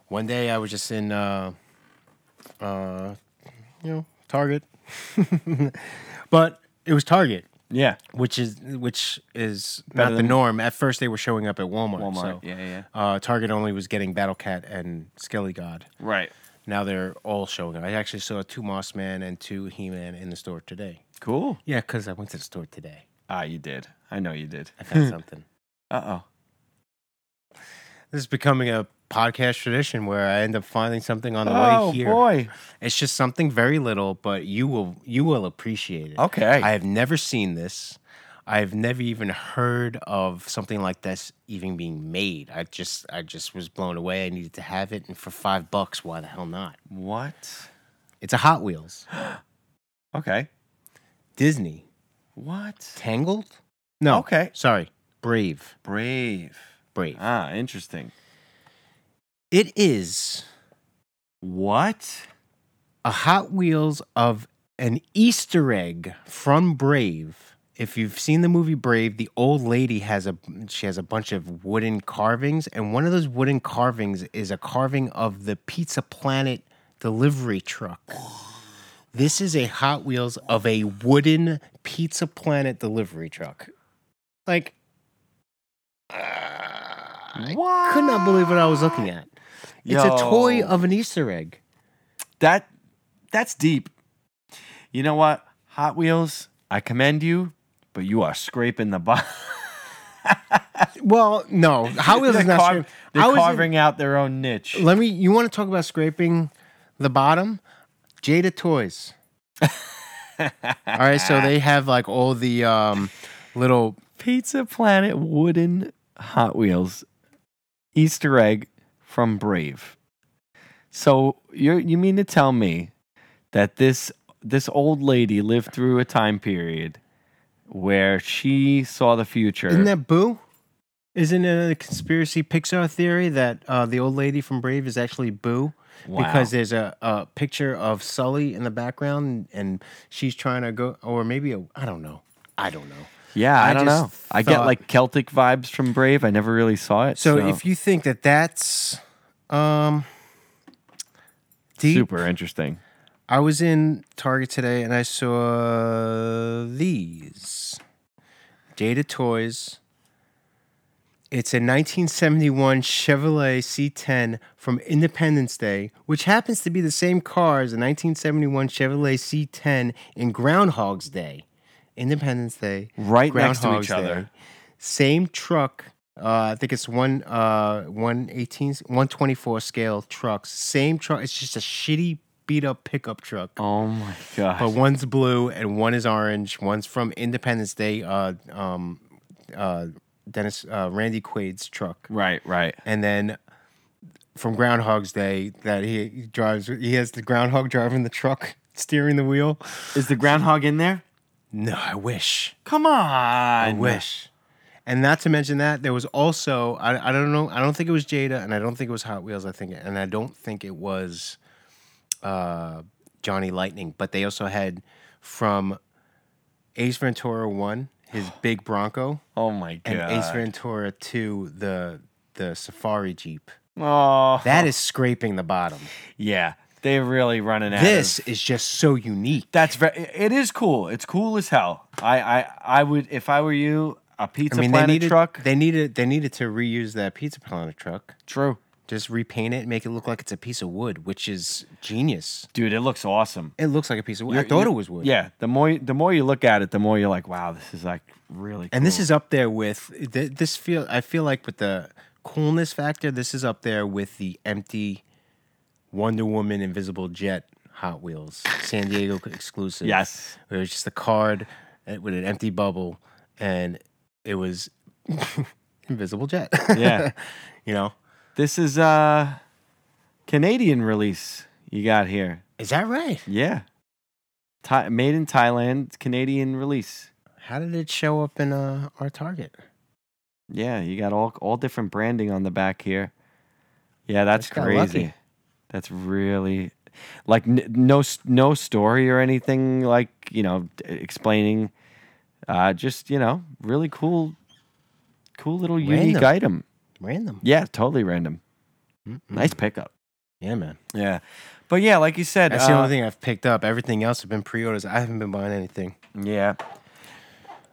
B: one day I was just in, uh, uh, you know, Target, but it was Target,
A: Yeah.
B: which is which is
A: Better
B: not the
A: than-
B: norm. At first, they were showing up at Walmart.
A: Walmart.
B: So,
A: Yeah, yeah.
B: Uh, Target only was getting Battle Cat and Skelly God.
A: Right.
B: Now they're all showing up. I actually saw two Mossman and two He Man in the store today.
A: Cool.
B: Yeah, because I went to the store today.
A: Ah, you did. I know you did.
B: I found something.
A: Uh oh.
B: This is becoming a podcast tradition where I end up finding something on the
A: Oh
B: way here.
A: boy.
B: It's just something very little, but you will you will appreciate it.
A: Okay.
B: I have never seen this. I've never even heard of something like this even being made. I just I just was blown away. I needed to have it, and for five bucks, why the hell not?
A: what?
B: It's a Hot Wheels
A: Okay.
B: Disney
A: What?
B: Tangled. No,
A: Okay.
B: sorry, Brave,
A: Brave.
B: Brave.
A: Ah, interesting.
B: It is
A: What?
B: a Hot Wheels of an Easter egg from Brave. If you've seen the movie Brave, the old lady has a she has a bunch of wooden carvings, and one of those wooden carvings is a carving of the Pizza Planet delivery truck. This is a Hot Wheels of a wooden Pizza Planet delivery truck. Like,
A: what?
B: could not believe what I was looking at. It's a toy
C: Yo.
B: of an Easter egg.
A: That that's deep. You know what? Hot Wheels, I commend you, but you are scraping the bottom.
B: Well, no, Hot Wheels
A: they're
B: is not.
A: carv-
B: scraping.
A: they're
B: How is it-
A: carving out their own niche.
B: Let me. You want to talk about scraping the bottom? Jada Toys.
A: Ah.
B: all right, so they have like all the um, little.
A: Pizza Planet wooden Hot Wheels Easter egg from Brave. So you you mean to tell me that this this old lady lived through a time period where she saw the future?
B: Isn't that Boo? Isn't it a conspiracy Pixar theory that uh, the old lady from Brave is actually Boo?
A: Wow.
B: Because there's a, a picture of Sully in the background, and she's trying to go, or maybe a, I don't know. I don't know.
A: yeah, I,
B: I
A: don't
B: just
A: know. I get
B: thought-
A: like Celtic vibes from Brave. I never really saw it.
B: So,
A: So,
B: if you think that that's um, deep,
A: super interesting.
B: I was in Target today and I saw these Jada Toys. It's a 1971 Chevrolet C10 from Independence Day, which happens to be the same car as the 1971 Chevrolet C10 in Groundhog's Day. Independence Day.
A: Right next to each
B: Groundhog's
A: other.
B: Day. Same truck. Uh, I think it's one uh 118 124 scale trucks. Same truck. It's just a shitty beat up pickup truck.
A: Oh my gosh.
B: But one's blue and one is orange. One's from Independence Day. Uh, um, uh, Dennis uh, Randy Quaid's truck,
A: right, right.
B: and then from Groundhog's Day that he drives. He has the groundhog driving the truck, steering the wheel.
A: Is the groundhog in there?
B: No, I wish.
A: Come on.
B: I wish. And not to mention that there was also I, I don't know I don't think it was Jada and I don't think it was Hot Wheels I think and I don't think it was uh, Johnny Lightning but they also had from Ace Ventura one his big Bronco
A: Oh my god.
B: and Ace Ventura two the the Safari Jeep
A: oh.
B: that is scraping the bottom
A: Yeah, they're really running out.
B: this
A: of,
B: is just so unique
A: that's very. It is cool. It's cool as hell. I I I would if I were you a pizza
B: I mean they
A: planet
B: needed
A: truck.
B: they needed they needed to reuse that Pizza Planet truck
A: True,
B: just repaint it and make it look like it's a piece of wood, which is genius.
A: dude. It looks awesome.
B: It looks like a piece of wood. I
A: You're-
B: thought
A: you-
B: it was wood.
A: Yeah, the more the more you look at it, the more you're like, wow, this is like really.
B: And this is up there with th- this feel. I feel like with the coolness factor, this is up there with the empty Wonder Woman Invisible Jet Hot Wheels San Diego exclusive.
A: Yes.
B: where it was just a card uh, with an empty bubble, and it was Invisible Jet.
A: Yeah.
B: you know,
A: this is uh Canadian release you got here.
B: is that right?
A: Yeah, Thai, made in Thailand, Canadian release.
B: How did it show up in uh, our Target?
A: Yeah, you got all all different branding on the back here. Yeah, that's
B: Just got lucky.
A: crazy. That's really like n- no s- no story or anything like you know d- explaining. Uh, just you know, really cool, cool little unique
B: Random.
A: item.
B: Random.
A: Yeah, totally random.
B: Mm.
A: Nice pickup.
B: Yeah, man.
A: Yeah, but yeah, like you said,
B: That's the
A: uh,
B: only thing I've picked up. Everything else have been pre-orders. I haven't been buying anything.
A: Yeah.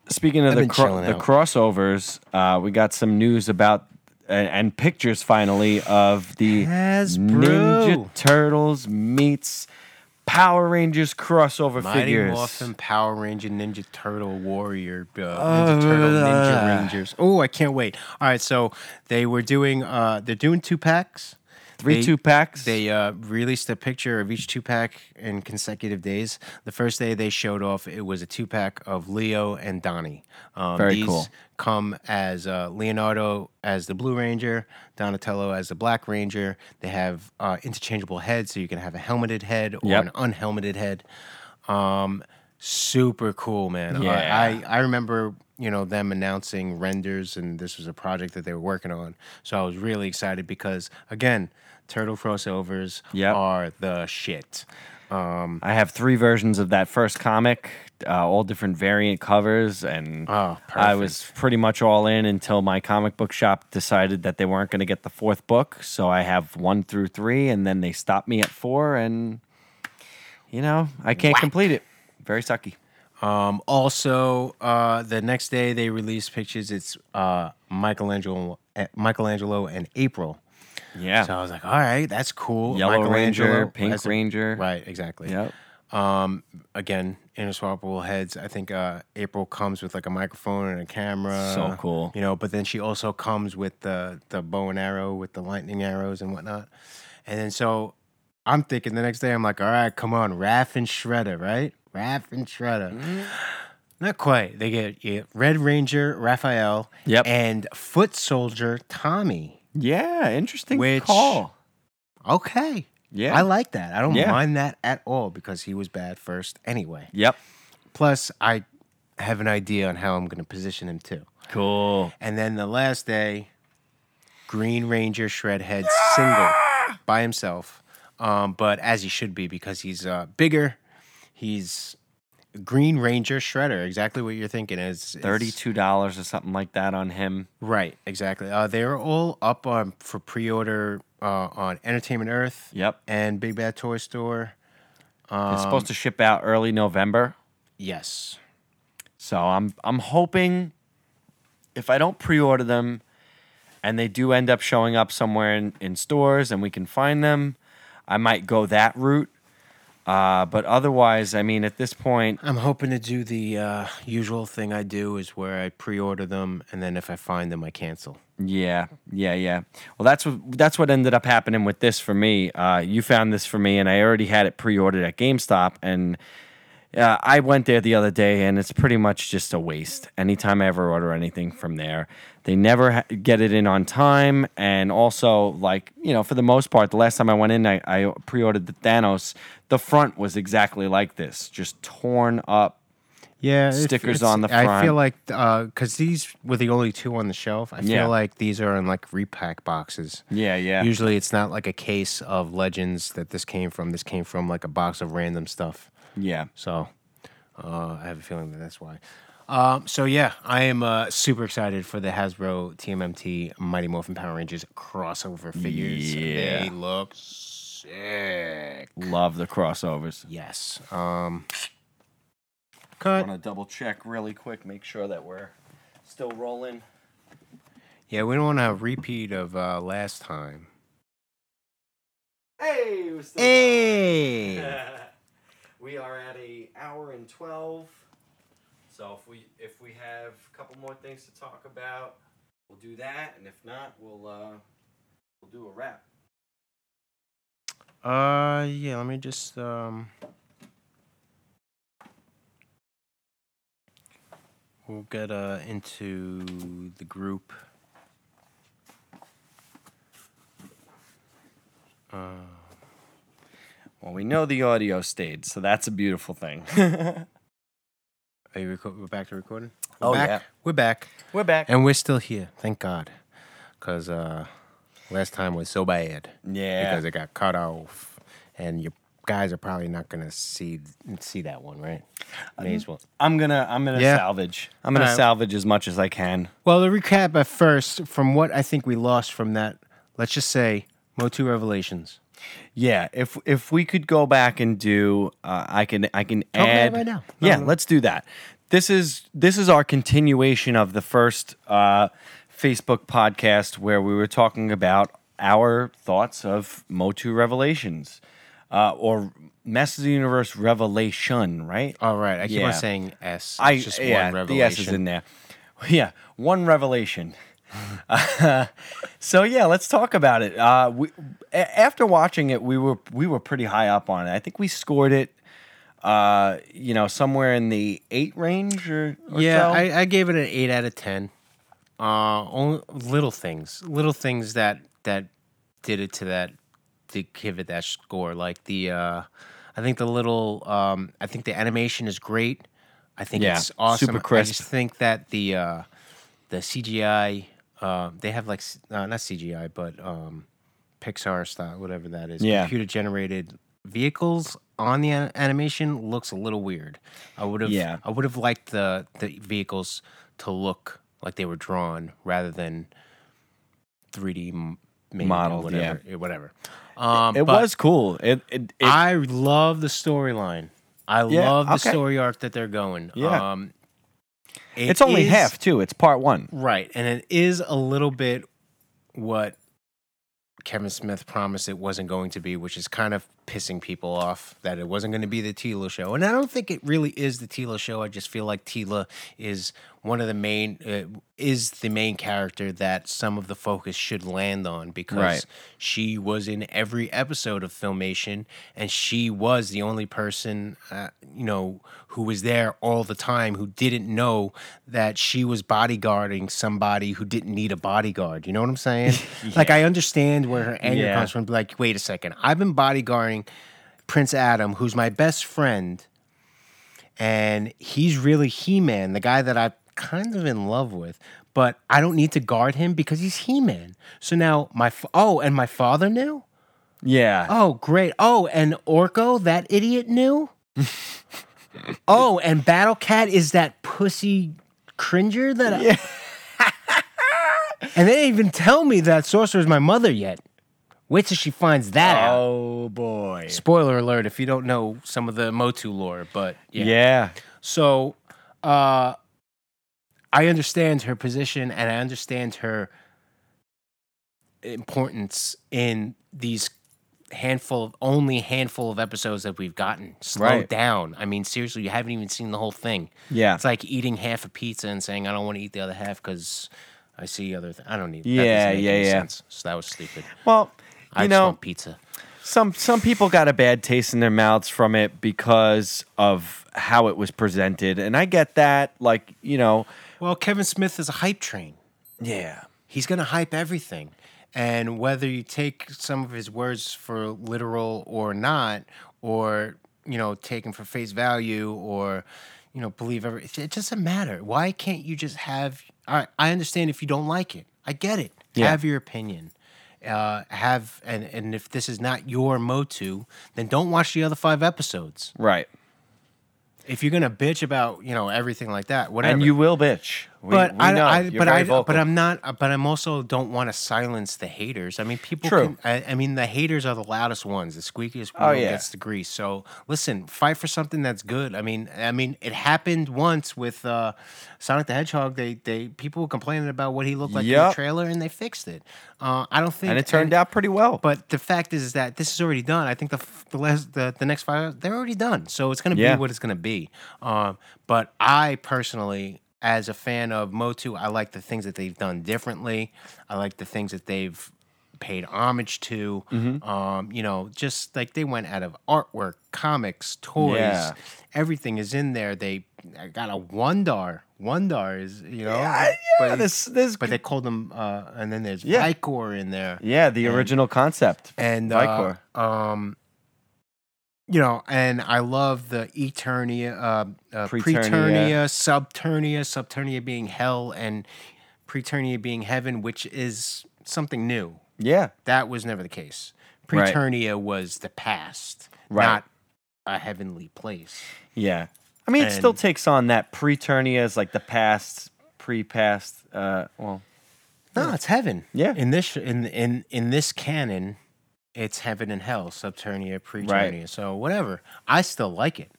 A: Speaking of
B: I've
A: the
B: been
A: cro-
B: chilling
A: the
B: out.
A: crossovers, uh, we got some news about and, and pictures finally of the
B: Hasbro.
A: Ninja Turtles meets Power Rangers crossover
B: Mighty
A: figures.
B: Morphin Power Ranger Ninja Turtle Warrior uh,
A: Uh,
B: Ninja Turtle Ninja
A: uh.
B: Rangers. Oh, I can't wait. All right, so they were doing uh they're doing two packs.
A: Three
B: They-
A: two packs.
B: They uh, released a picture of each two pack in consecutive days. The first day they showed off, it was a two pack of Leo and Donnie. Um,
A: Very
B: these
A: cool.
B: Come as uh, Leonardo as the Blue Ranger, Donatello as the Black Ranger. They have uh, interchangeable heads, so you can have a helmeted head or
A: Yep.
B: an unhelmeted head. Um, super cool, man. I-
A: Yeah.
B: I, I remember you know them announcing renders and this was a project that they were working on so i was really excited because again turtle crossovers
A: Yep.
B: are the shit um
A: I have three versions of that first comic, uh, all different variant covers, and
B: Oh,
A: I was pretty much all in until my comic book shop decided that they weren't going to get the fourth book. So I have one through three, and then they stopped me at four, and you know I can't complete it. Very sucky.
B: um also uh the next day they released pictures it's uh michelangelo eh, michelangelo and april
A: Yeah.
B: So I was like, all right, that's cool.
A: Yellow Ranger,
B: Michelangelo
A: Pink
B: as a-
A: Ranger.
B: Right, exactly.
A: Yep.
B: Um, again, Interswappable Heads. I think uh, April comes with like a microphone and a camera.
A: So cool.
B: You know, but then she also comes with the the bow and arrow with the lightning arrows and whatnot. And then so I'm thinking the next day, I'm like, all right, come on, Raph and Shredder, right? Raph and Shredder.
A: Mm-hmm.
B: Not quite. They get yeah, Red Ranger Raphael
A: Yep.
B: and Foot Soldier Tommy.
A: Yeah. Interesting
B: Which-
A: call.
B: Okay.
A: Yeah.
B: I like that. I don't
A: Yeah.
B: mind that at all because he was bad first anyway.
A: Yep.
B: Plus, I have an idea on how I'm going to position him too.
A: Cool.
B: And then the last day, Green Ranger Shredhead single by himself, um, but as he should be because he's uh, bigger. He's Green Ranger Shredder. Exactly what you're thinking is is-
A: Thirty-two dollars or something like that on him.
B: Right, exactly. Uh, they're all up on for pre-order uh, on Entertainment Earth.
A: Yep.
B: And Big Bad Toy Store. Um,
A: it's supposed to ship out early November.
B: Yes.
A: So I'm I'm hoping if I don't pre-order them and they do end up showing up somewhere in, in stores and we can find them, I might go that route. Uh, but otherwise, I mean, at this point,
B: I'm hoping to do the uh, usual thing I do is where I pre-order them, and then if I find them, I cancel.
A: yeah, yeah, yeah. Well, that's what that's what ended up happening with this for me. Uh, you found this for me, and I already had it pre-ordered at GameStop, and uh, I went there the other day, and it's pretty much just a waste. Anytime I ever order anything from there, they never ha- get it in on time. And also, like, you know, for the most part, the last time I went in, I, I pre ordered the Thanos. The front was exactly like this, just torn up.
B: Yeah, if-
A: Stickers
B: it's-
A: on the
B: I
A: front.
B: feel like because these were the only two on the shelf. I feel
A: Yeah.
B: like these are in like repack boxes.
A: Yeah, yeah.
B: Usually, it's not like a case of legends that this came from. This came from like a box of random stuff.
A: Yeah.
B: So uh, I have a feeling that that's why. Um, so yeah, I am uh, super excited for the Hasbro TMMT Mighty Morphin Power Rangers crossover figures.
A: Yeah.
B: They look sick.
A: Love the crossovers.
B: Yes. Um,
A: I
B: cut.
A: want to double check really quick, make sure that we're still rolling.
B: Yeah, we don't want to repeat of uh, last time.
A: Hey, we're still
B: Hey.
A: we are at a hour and 12 so if we if we have a couple more things to talk about we'll do that and if not we'll uh we'll do a wrap
B: Uh, yeah. Let me just um. We'll get uh into the group. Uh,
A: well we know the audio stayed so that's a beautiful thing
B: are you reco- we're back to recording?
A: Oh,
B: we're back.
A: yeah.
B: We're back,
A: we're back
B: and we're still here. Thank God, cause uh, last time was so bad.
A: yeah
B: because it got cut off, and you guys are probably not gonna see see that one, right? May as well.
A: i'm gonna i'm gonna
B: Yeah.
A: salvage i'm gonna
B: All right.
A: salvage as much as i can
B: Well, to recap at first, from what I think we lost from that, let's just say Motu Revelations.
A: yeah if if we could go back and do uh, i can i can
B: about it
A: add
B: Oh, right now. No,
A: yeah
B: no.
A: let's do that this is this is our continuation of the first uh, facebook podcast where we were talking about our thoughts of motu revelations uh, or masters of the universe revelation right
B: All right, I keep
A: Yeah.
B: on saying S.
A: I
B: It's just
A: yeah,
B: one
A: the S is
B: revelation.
A: in there. Yeah, one revelation. so yeah, let's talk about it. Uh, we, a- after watching it, we were we were pretty high up on it. I think we scored it, uh, you know, somewhere in the eight range or, or
B: yeah,
A: so.
B: I, I gave it an eight out of ten. Uh, only little things, little things that that did it to that to give it that score. Like the, uh, I think the little, um, I think the animation is great. I think
A: Yeah,
B: it's awesome.
A: super
B: I
A: crisp.
B: just think that the uh, the CGI, uh, they have like s- uh, not CGI, but um, Pixar style, whatever that is.
A: Yeah.
B: computer generated vehicles on the an- animation looks a little weird. I would have
A: Yeah.
B: I would have liked the the vehicles to look like they were drawn rather than 3D m- made or
A: Modeled,
B: whatever, yeah, whatever. Um,
A: it
B: but
A: was cool. It, it, it
B: I love the storyline. I
A: Yeah,
B: love the
A: okay.
B: story arc that they're going.
A: Yeah.
B: Um, it
A: it's only
B: is-
A: half too. It's part one.
B: right, and it is a little bit what Kevin Smith promised it wasn't going to be, which is kind of pissing people off that it wasn't going to be the Tila show. And I don't think it really is the Tila show. I just feel like Tila is one of the main uh, is the main character that some of the focus should land on because
A: Right.
B: she was in every episode of Filmation and she was the only person uh, you know who was there all the time who didn't know that she was bodyguarding somebody who didn't need a bodyguard. You know what I'm saying? Like I understand where her anger
A: Yeah.
B: comes from. but Like wait a second, I've been bodyguarding Prince Adam, who's my best friend and he's really He Man, the guy that I'm kind of in love with. But I don't need to guard him because he's He Man. So now my f- oh, and my father knew.
A: Yeah.
B: Oh, great. Oh, and Orko, that idiot knew. oh, and Battle Cat is that pussy cringer that. I- and they didn't even tell me that Sorcerer's my mother yet. Wait till she finds that out.
A: Oh boy.
B: Spoiler alert if you don't know some of the Motu lore, but
A: Yeah.
B: so uh, I understand her position and I understand her importance in these handful of only handful of episodes that we've gotten. Slow
A: Right.
B: down. I mean, seriously, you haven't even seen the whole thing.
A: Yeah.
B: It's like eating half a pizza and saying, I don't want to eat the other half because I see other things. I don't need that doesn't
A: Yeah,
B: make
A: yeah,
B: any
A: yeah.
B: sense. So that was stupid.
A: Well,
B: I
A: you
B: just
A: know,
B: want pizza.
A: some some people got a bad taste in their mouths from it because of how it was presented, and I get that. Like, you know,
B: Well, Kevin Smith is a hype train.
A: yeah,
B: he's going to hype everything. And whether you take some of his words for literal or not, or, you know, take him for face value or, you know, believe every, it it doesn't matter. Why can't you just have, all right, I understand if you don't like it. I get it.
A: Yeah.
B: Have your opinion. Uh, have, and, and if this is not your motu, then don't watch the other five episodes.
A: right.
B: If you're going to bitch about, you know, everything like that, whatever
A: And you will bitch. We,
B: but
A: we
B: I,
A: know.
B: I
A: You're
B: but
A: very
B: I
A: vocal.
B: but I'm not uh, but I'm also don't want to silence the haters. I mean, people.
A: True.
B: Can, I, I mean, the haters are the loudest ones. The squeakiest wheel
A: Oh, yeah.
B: gets the grease. So listen, fight for something that's good. I mean, I mean, it happened once with uh, Sonic the Hedgehog. They they people were complaining about what he looked like in the
A: Yep.
B: trailer, and they fixed it. Uh, I don't think
A: and it turned out pretty well.
B: But the fact is, is that this is already done. I think the f- the last the, the next five they're already done, so it's gonna
A: Yeah.
B: be what it's gonna be. Um, but I personally, as a fan of Motu, I like the things that they've done differently. I like the things that they've paid homage to.
A: Mm-hmm.
B: Um, you know, just like they went out of artwork, comics, toys,
A: Yeah.
B: everything is in there. They I got a one dar. One dar is you know,
A: yeah,
B: but,
A: this this
B: but they called them, uh, and then there's
A: Yeah.
B: Vicor in there
A: yeah, the original concept.
B: and uh,
A: Vicor.
B: um, you know, and I love the Eternia, uh, uh,
A: Preternia.
B: Preternia, Subternia, Subternia being hell, and Preternia being heaven, which is something new.
A: yeah.
B: That was never the case.
A: Right.
B: Preternia was the past,
A: Right.
B: not a heavenly place.
A: Yeah. I mean, it still
B: And-
A: takes on that pre-ternia as like the past, pre-past. Uh, well,
B: No, it's heaven.
A: Yeah.
B: In this in in in this canon, it's heaven and hell, Subternia, Preternia. So whatever. I still like it.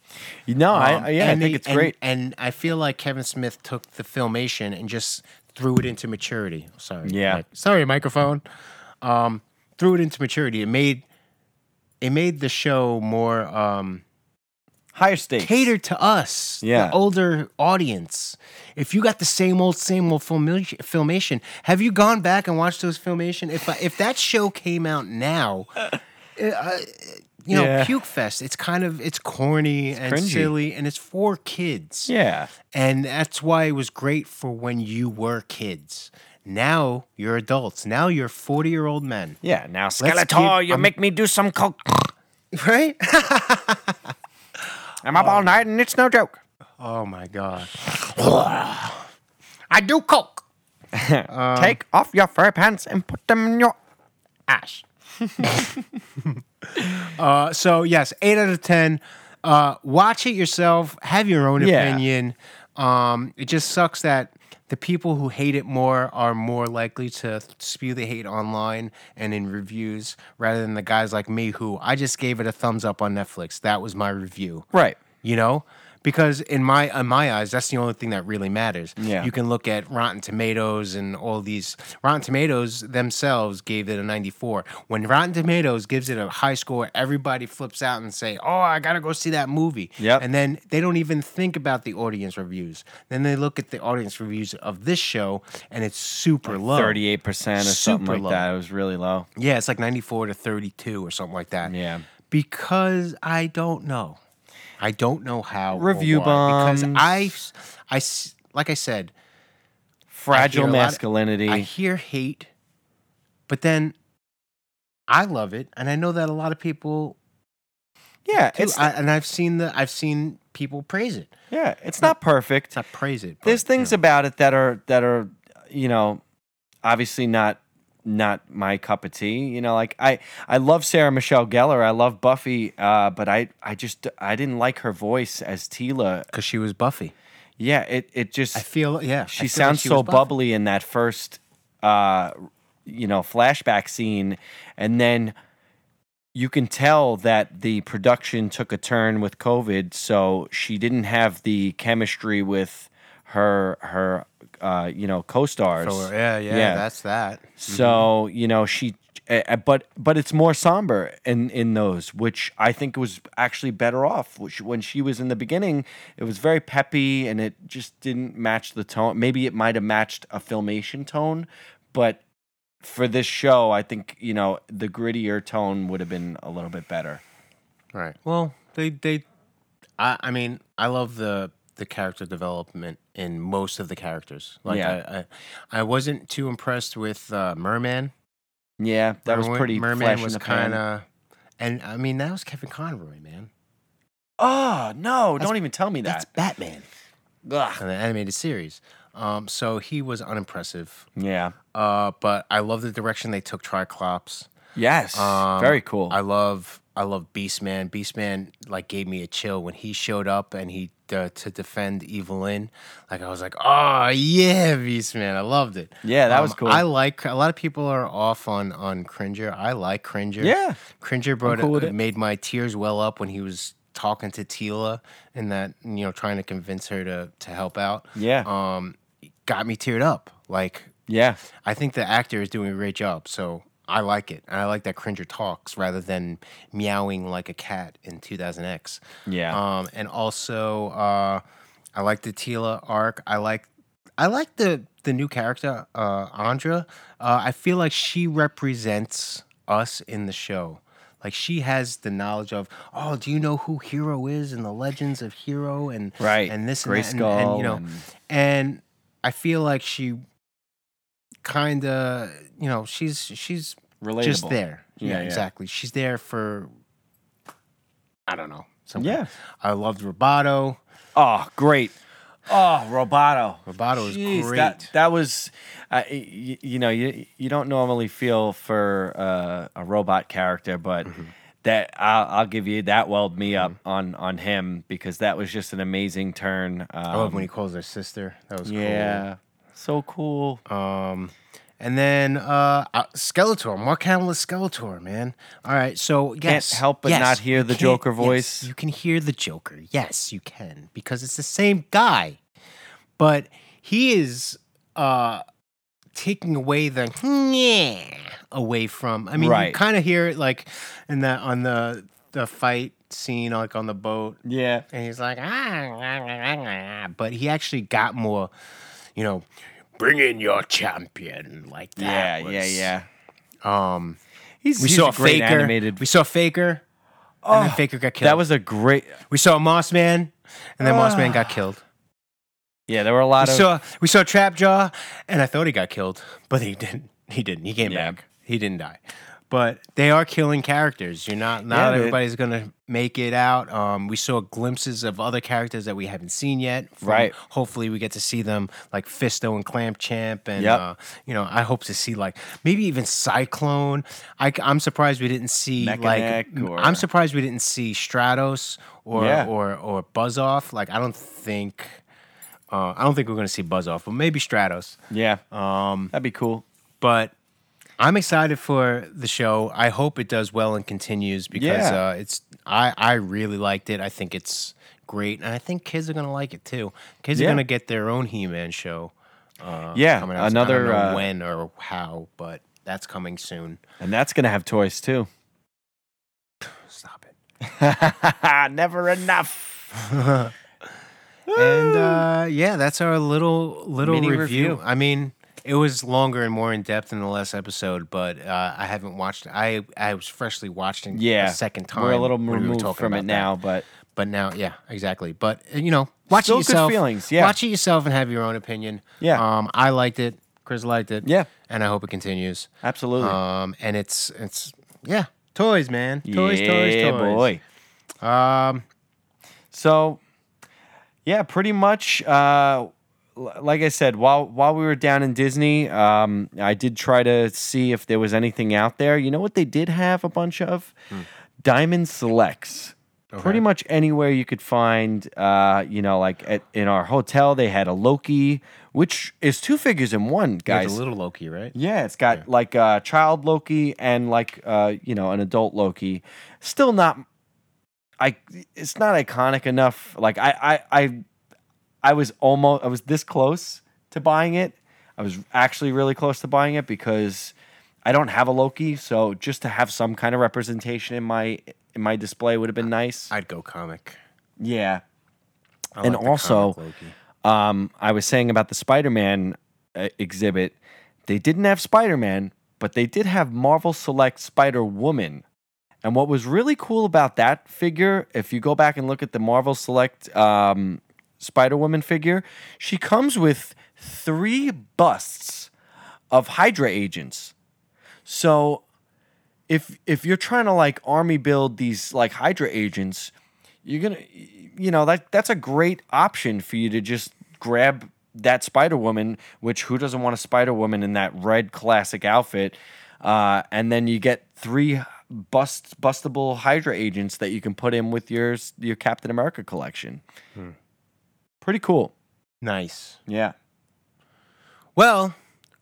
A: you know,
B: Um,
A: I, yeah, I
B: and
A: think
B: the-
A: it's
B: and-
A: great.
B: And I feel like Kevin Smith took the filmation and just threw it into maturity. Sorry.
A: Yeah.
B: mic- sorry, microphone. Um, threw it into maturity. It made it made the show more um,
A: Higher stakes.
B: cater to us,
A: Yeah.
B: the older audience. If you got the same old, same old filmation, filmation, have you gone back and watched those filmation? If I, if that show came out now, uh, you know,
A: Yeah.
B: puke fest. It's kind of it's corny and
A: cringy.
B: silly, and it's for kids.
A: Yeah.
B: And that's why it was great for when you were kids. Now you're adults. Now you're 40 year old men.
A: Yeah. Now
B: keep-
A: Skeletor, you
B: I'm-
A: make me do some coke.
B: Right?
A: I'm up all night and it's no joke.
B: oh my God. I do coke.
A: Take off your fur pants and put them in your ass.
B: Uh, so, yes, eight out of 10. Uh, watch it yourself. Have your own
A: Yeah.
B: opinion. Um, it just sucks that the people who hate it more are more likely to spew the hate online and in reviews rather than the guys like me who I just gave it a thumbs up on Netflix. That was my review.
A: Right.
B: you know because in my in my eyes, that's the only thing that really matters.
A: Yeah.
B: You can look at Rotten Tomatoes and all these. Rotten Tomatoes themselves gave it a 94. When Rotten Tomatoes gives it a high score, everybody flips out and say, "Oh, I gotta go see that movie."
A: Yep.
B: And then they don't even think about the audience reviews. Then they look at the audience reviews of this show, and it's super low.
A: Thirty-eight percent or something
B: Super
A: like
B: low.
A: that. It was really low.
B: Yeah, it's like 94 to 32 or something like that.
A: Yeah.
B: Because I don't know. I don't know how. or
A: Review
B: why, Because I, I, s- like I said, I hear
A: Fragile
B: a lot of-
A: masculinity.
B: I hear hate, but then I love it. And I know that a lot of people
A: yeah,
B: do.
A: it's
B: I, and I've seen the, I've seen people praise it.
A: yeah, it's not perfect.
B: It's not praise it. but,
A: There's
B: you
A: things
B: know.
A: about it that are that are you know obviously not not my cup of tea. You know, like I I love Sarah Michelle Gellar. I love Buffy, uh, but I I just I didn't like her voice as Tila.
B: Cause she was Buffy.
A: Yeah, it it just
B: I feel, yeah. I
A: she
B: feel like
A: sounds
B: was
A: so
B: Buffy.
A: bubbly in that first uh you know flashback scene and then you can tell that the production took a turn with covid so she didn't have the chemistry with her her uh you know co-stars
B: So, uh, yeah, yeah,
A: Yeah.
B: That's that.
A: so you know she, uh, uh, but but it's more somber in in those, which I think was actually better off. Which when she was in the beginning, it was very peppy and it just didn't match the tone. Maybe it might have matched a filmation tone, but for this show, I think you know the grittier tone would have been a little bit better.
B: Right. Well, they they, I I mean, I love the the character development in most of the characters. Like
A: Yeah.
B: I, I, I wasn't too impressed with uh, Merman.
A: Yeah, that was
B: Merman-
A: pretty.
B: Merman
A: flash
B: was
A: in the pan.
B: kind of, and I mean that was Kevin Conroy, man.
A: Oh no! Don't
B: That's-
A: even tell me that.
B: Batman
A: Ugh.
B: in the animated series. Um, so he was unimpressive.
A: Yeah.
B: Uh, but I love the direction they took Triclops.
A: Yes.
B: Um,
A: very cool.
B: I love I love Beastman. Beastman like gave me a chill when he showed up and he uh, to defend Evelyn. Like I was like, oh yeah, Beastman. I loved it. Um,
A: Yeah, that was cool.
B: I like a lot of people are off on on Cringer. I like Cringer.
A: Yeah.
B: Cringer brought
A: cool with it.
B: made my tears well up when he was talking to Tila and that you know trying to convince her to to help out.
A: yeah.
B: Um, got me teared up. Like
A: yeah.
B: I think the actor is doing a great job, so I like it. And I like that Cringer talks rather than meowing like a cat in 2000X.
A: Yeah.
B: Um, and also, uh, I like the Tila arc. I like, I like the the new character, uh, Andra. Uh, I feel like she represents us in the show. Like she has the knowledge of, oh, do you know who Hero is and the legends of Hero and
A: Right.
B: and this and that and, and,
A: Grayskull
B: you know,
A: and-
B: and I feel like she kind of, you know, she's she's
A: Relatable.
B: just there. Yeah,
A: Yeah, yeah.
B: exactly. She's there for I don't know. some-
A: Yeah.
B: I loved Roboto.
A: Oh, great. Oh, Roboto.
B: Roboto is great.
A: That, that was, uh, you, you know, you you don't normally feel for uh, a robot character, but
B: Mm-hmm.
A: that I'll, I'll give you that welled me up on on him because that was just an amazing turn. Um,
B: I love when he calls her sister. That was
A: yeah, so cool.
B: cool. Um, and then uh, uh, Skeletor, Mark Hamill is Skeletor, man. All right, so yes,
A: help but
B: yes,
A: not hear
B: you
A: the
B: can't-
A: Joker
B: yes,
A: voice.
B: you can hear the Joker. Yes, you can because it's the same guy, but he is uh, taking away the yeah away from. I mean, you
A: Right.
B: kind of hear it like in that on the the fight scene, like on the boat.
A: yeah,
B: And he's like, ah, ah, ah, ah, ah," but he actually got more, you know, bring in your champion like
A: yeah,
B: that.
A: yeah,
B: was-
A: yeah.
B: Um,
A: He's,
B: we
A: he's
B: saw
A: a great
B: Faker.
A: animated. Ah, Oh.
B: We saw Faker, and then Faker got killed.
A: that was a great.
B: we saw Moss Man, and then Moss Man got
A: Ah.
B: killed.
A: Yeah, there were a
B: We
A: lot of.
B: saw we saw Trapjaw, and I thought he got killed, but he didn't. He didn't. He came
A: Yeah.
B: back. He didn't die. But they are killing characters. You're not not
A: dude.
B: everybody's gonna make it out. Um, we saw glimpses of other characters that we haven't seen yet. from-
A: Right.
B: Hopefully, we get to see them like Fisto and Clamp Champ, and
A: Yep.
B: uh, you know, I hope to see like maybe even Cyclone. I, am surprised we didn't see like
A: Mechanic or-
B: I'm surprised we didn't see Stratos or
A: Yeah.
B: or or Buzz Off. Like I don't think uh, I don't think we're gonna see Buzz Off, but maybe Stratos.
A: yeah, um, that'd be cool.
B: But I'm excited for the show. I hope it does well and continues because
A: Yeah.
B: uh, it's I I really liked it. I think it's great, and I think kids are gonna like it too. Kids
A: Yeah.
B: are gonna get their own He-Man show. Uh,
A: Yeah,
B: coming out. I don't
A: another,
B: know
A: uh,
B: when or how, but that's coming soon.
A: And that's gonna have toys too.
B: Stop it.
A: Ah, Never enough.
B: And uh, yeah, that's our little little
A: Mini
B: review.
A: review.
B: I mean, it was longer and more in depth in the last episode, but uh, I haven't watched. I I was freshly watching.
A: Yeah,
B: a second time.
A: We're a little
B: when we were
A: removed
B: talking
A: from it
B: about that.
A: now, but
B: But now, yeah, exactly. But uh, you know, watch
A: Still
B: it
A: good
B: yourself.
A: feelings, yeah.
B: Watch it yourself and have your own opinion.
A: Yeah.
B: Um, I liked it. Chris liked it.
A: Yeah.
B: And I hope it continues.
A: absolutely.
B: Um, and it's it's yeah, toys, man. Toys,
A: yeah,
B: toys, toys.
A: boy.
B: Um,
A: So, yeah, pretty much. Uh, l- like I said, while while we were down in Disney, um, I did try to see if there was anything out there. You know what they did have a bunch of Diamond Selects. Pretty much anywhere you could find, uh, you know, like at, in our hotel, they had a Loki, which is two figures in one,
B: you had
A: guys.
B: the little Loki, right?
A: Yeah, it's got like a child Loki and like uh, you know an adult Loki. Still not, I it's not iconic enough. Like I I I, I was almost I was this close to buying it. I was actually really close to buying it because I don't have a Loki, so just to have some kind of representation in my in my display would have been nice.
B: I'd go comic.
A: yeah,
B: I
A: And
B: like the
A: also-
B: comic Loki.
A: um, I was saying about the Spider Man uh, exhibit, they didn't have Spider Man, but they did have Marvel Select Spider Woman. And what was really cool about that figure, if you go back and look at the Marvel Select um, Spider Woman figure, she comes with three busts of Hydra agents. So if if you're trying to like army build these like Hydra agents, you're gonna you know that that's a great option for you to just grab that Spider Woman, which who doesn't want a Spider Woman in that red classic outfit, uh, and then you get three bust bustable Hydra agents that you can put in with your s- your Captain America collection. Pretty cool.
B: nice.
A: Hmm. Yeah.
B: Well,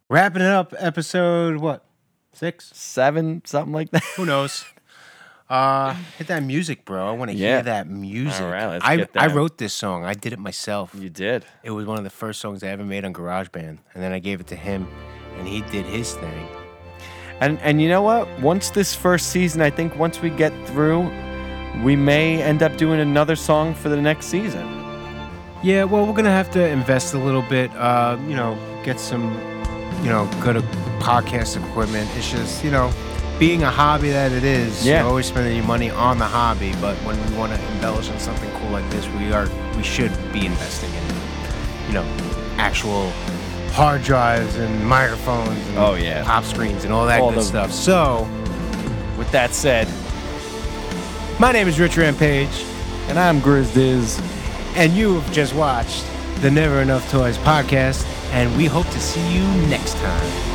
B: wrapping it up, episode what six?
A: Seven, something like that.
B: Who knows? Uh, hit that music, bro. I want to
A: Yeah.
B: hear that music.
A: All right, let's
B: I,
A: get
B: I
A: that.
B: wrote this song. I did it myself.
A: You did.
B: It was one of the first songs I ever made on GarageBand, and then I gave it to him, and he did his thing.
A: And and you know what? Once this first season, I think once we get through, we may end up doing another song for the next season.
B: Yeah, well, we're gonna have to invest a little bit. Uh, you know, get some, you know, good podcast equipment. It's just you know, being a hobby that it is.
A: Yeah.
B: You're always spending your money on the hobby, but when we want to embellish on something cool like this, we are we should be investing in, you know, actual hard drives and microphones. And
A: Oh, yeah.
B: Pop screens and all that
A: All
B: good
A: the-
B: stuff. So,
A: With that said,
B: my name is Rich Rampage.
A: and I'm Grizz
B: And you've just watched the Never Enough Toys podcast, and we hope to see you next time.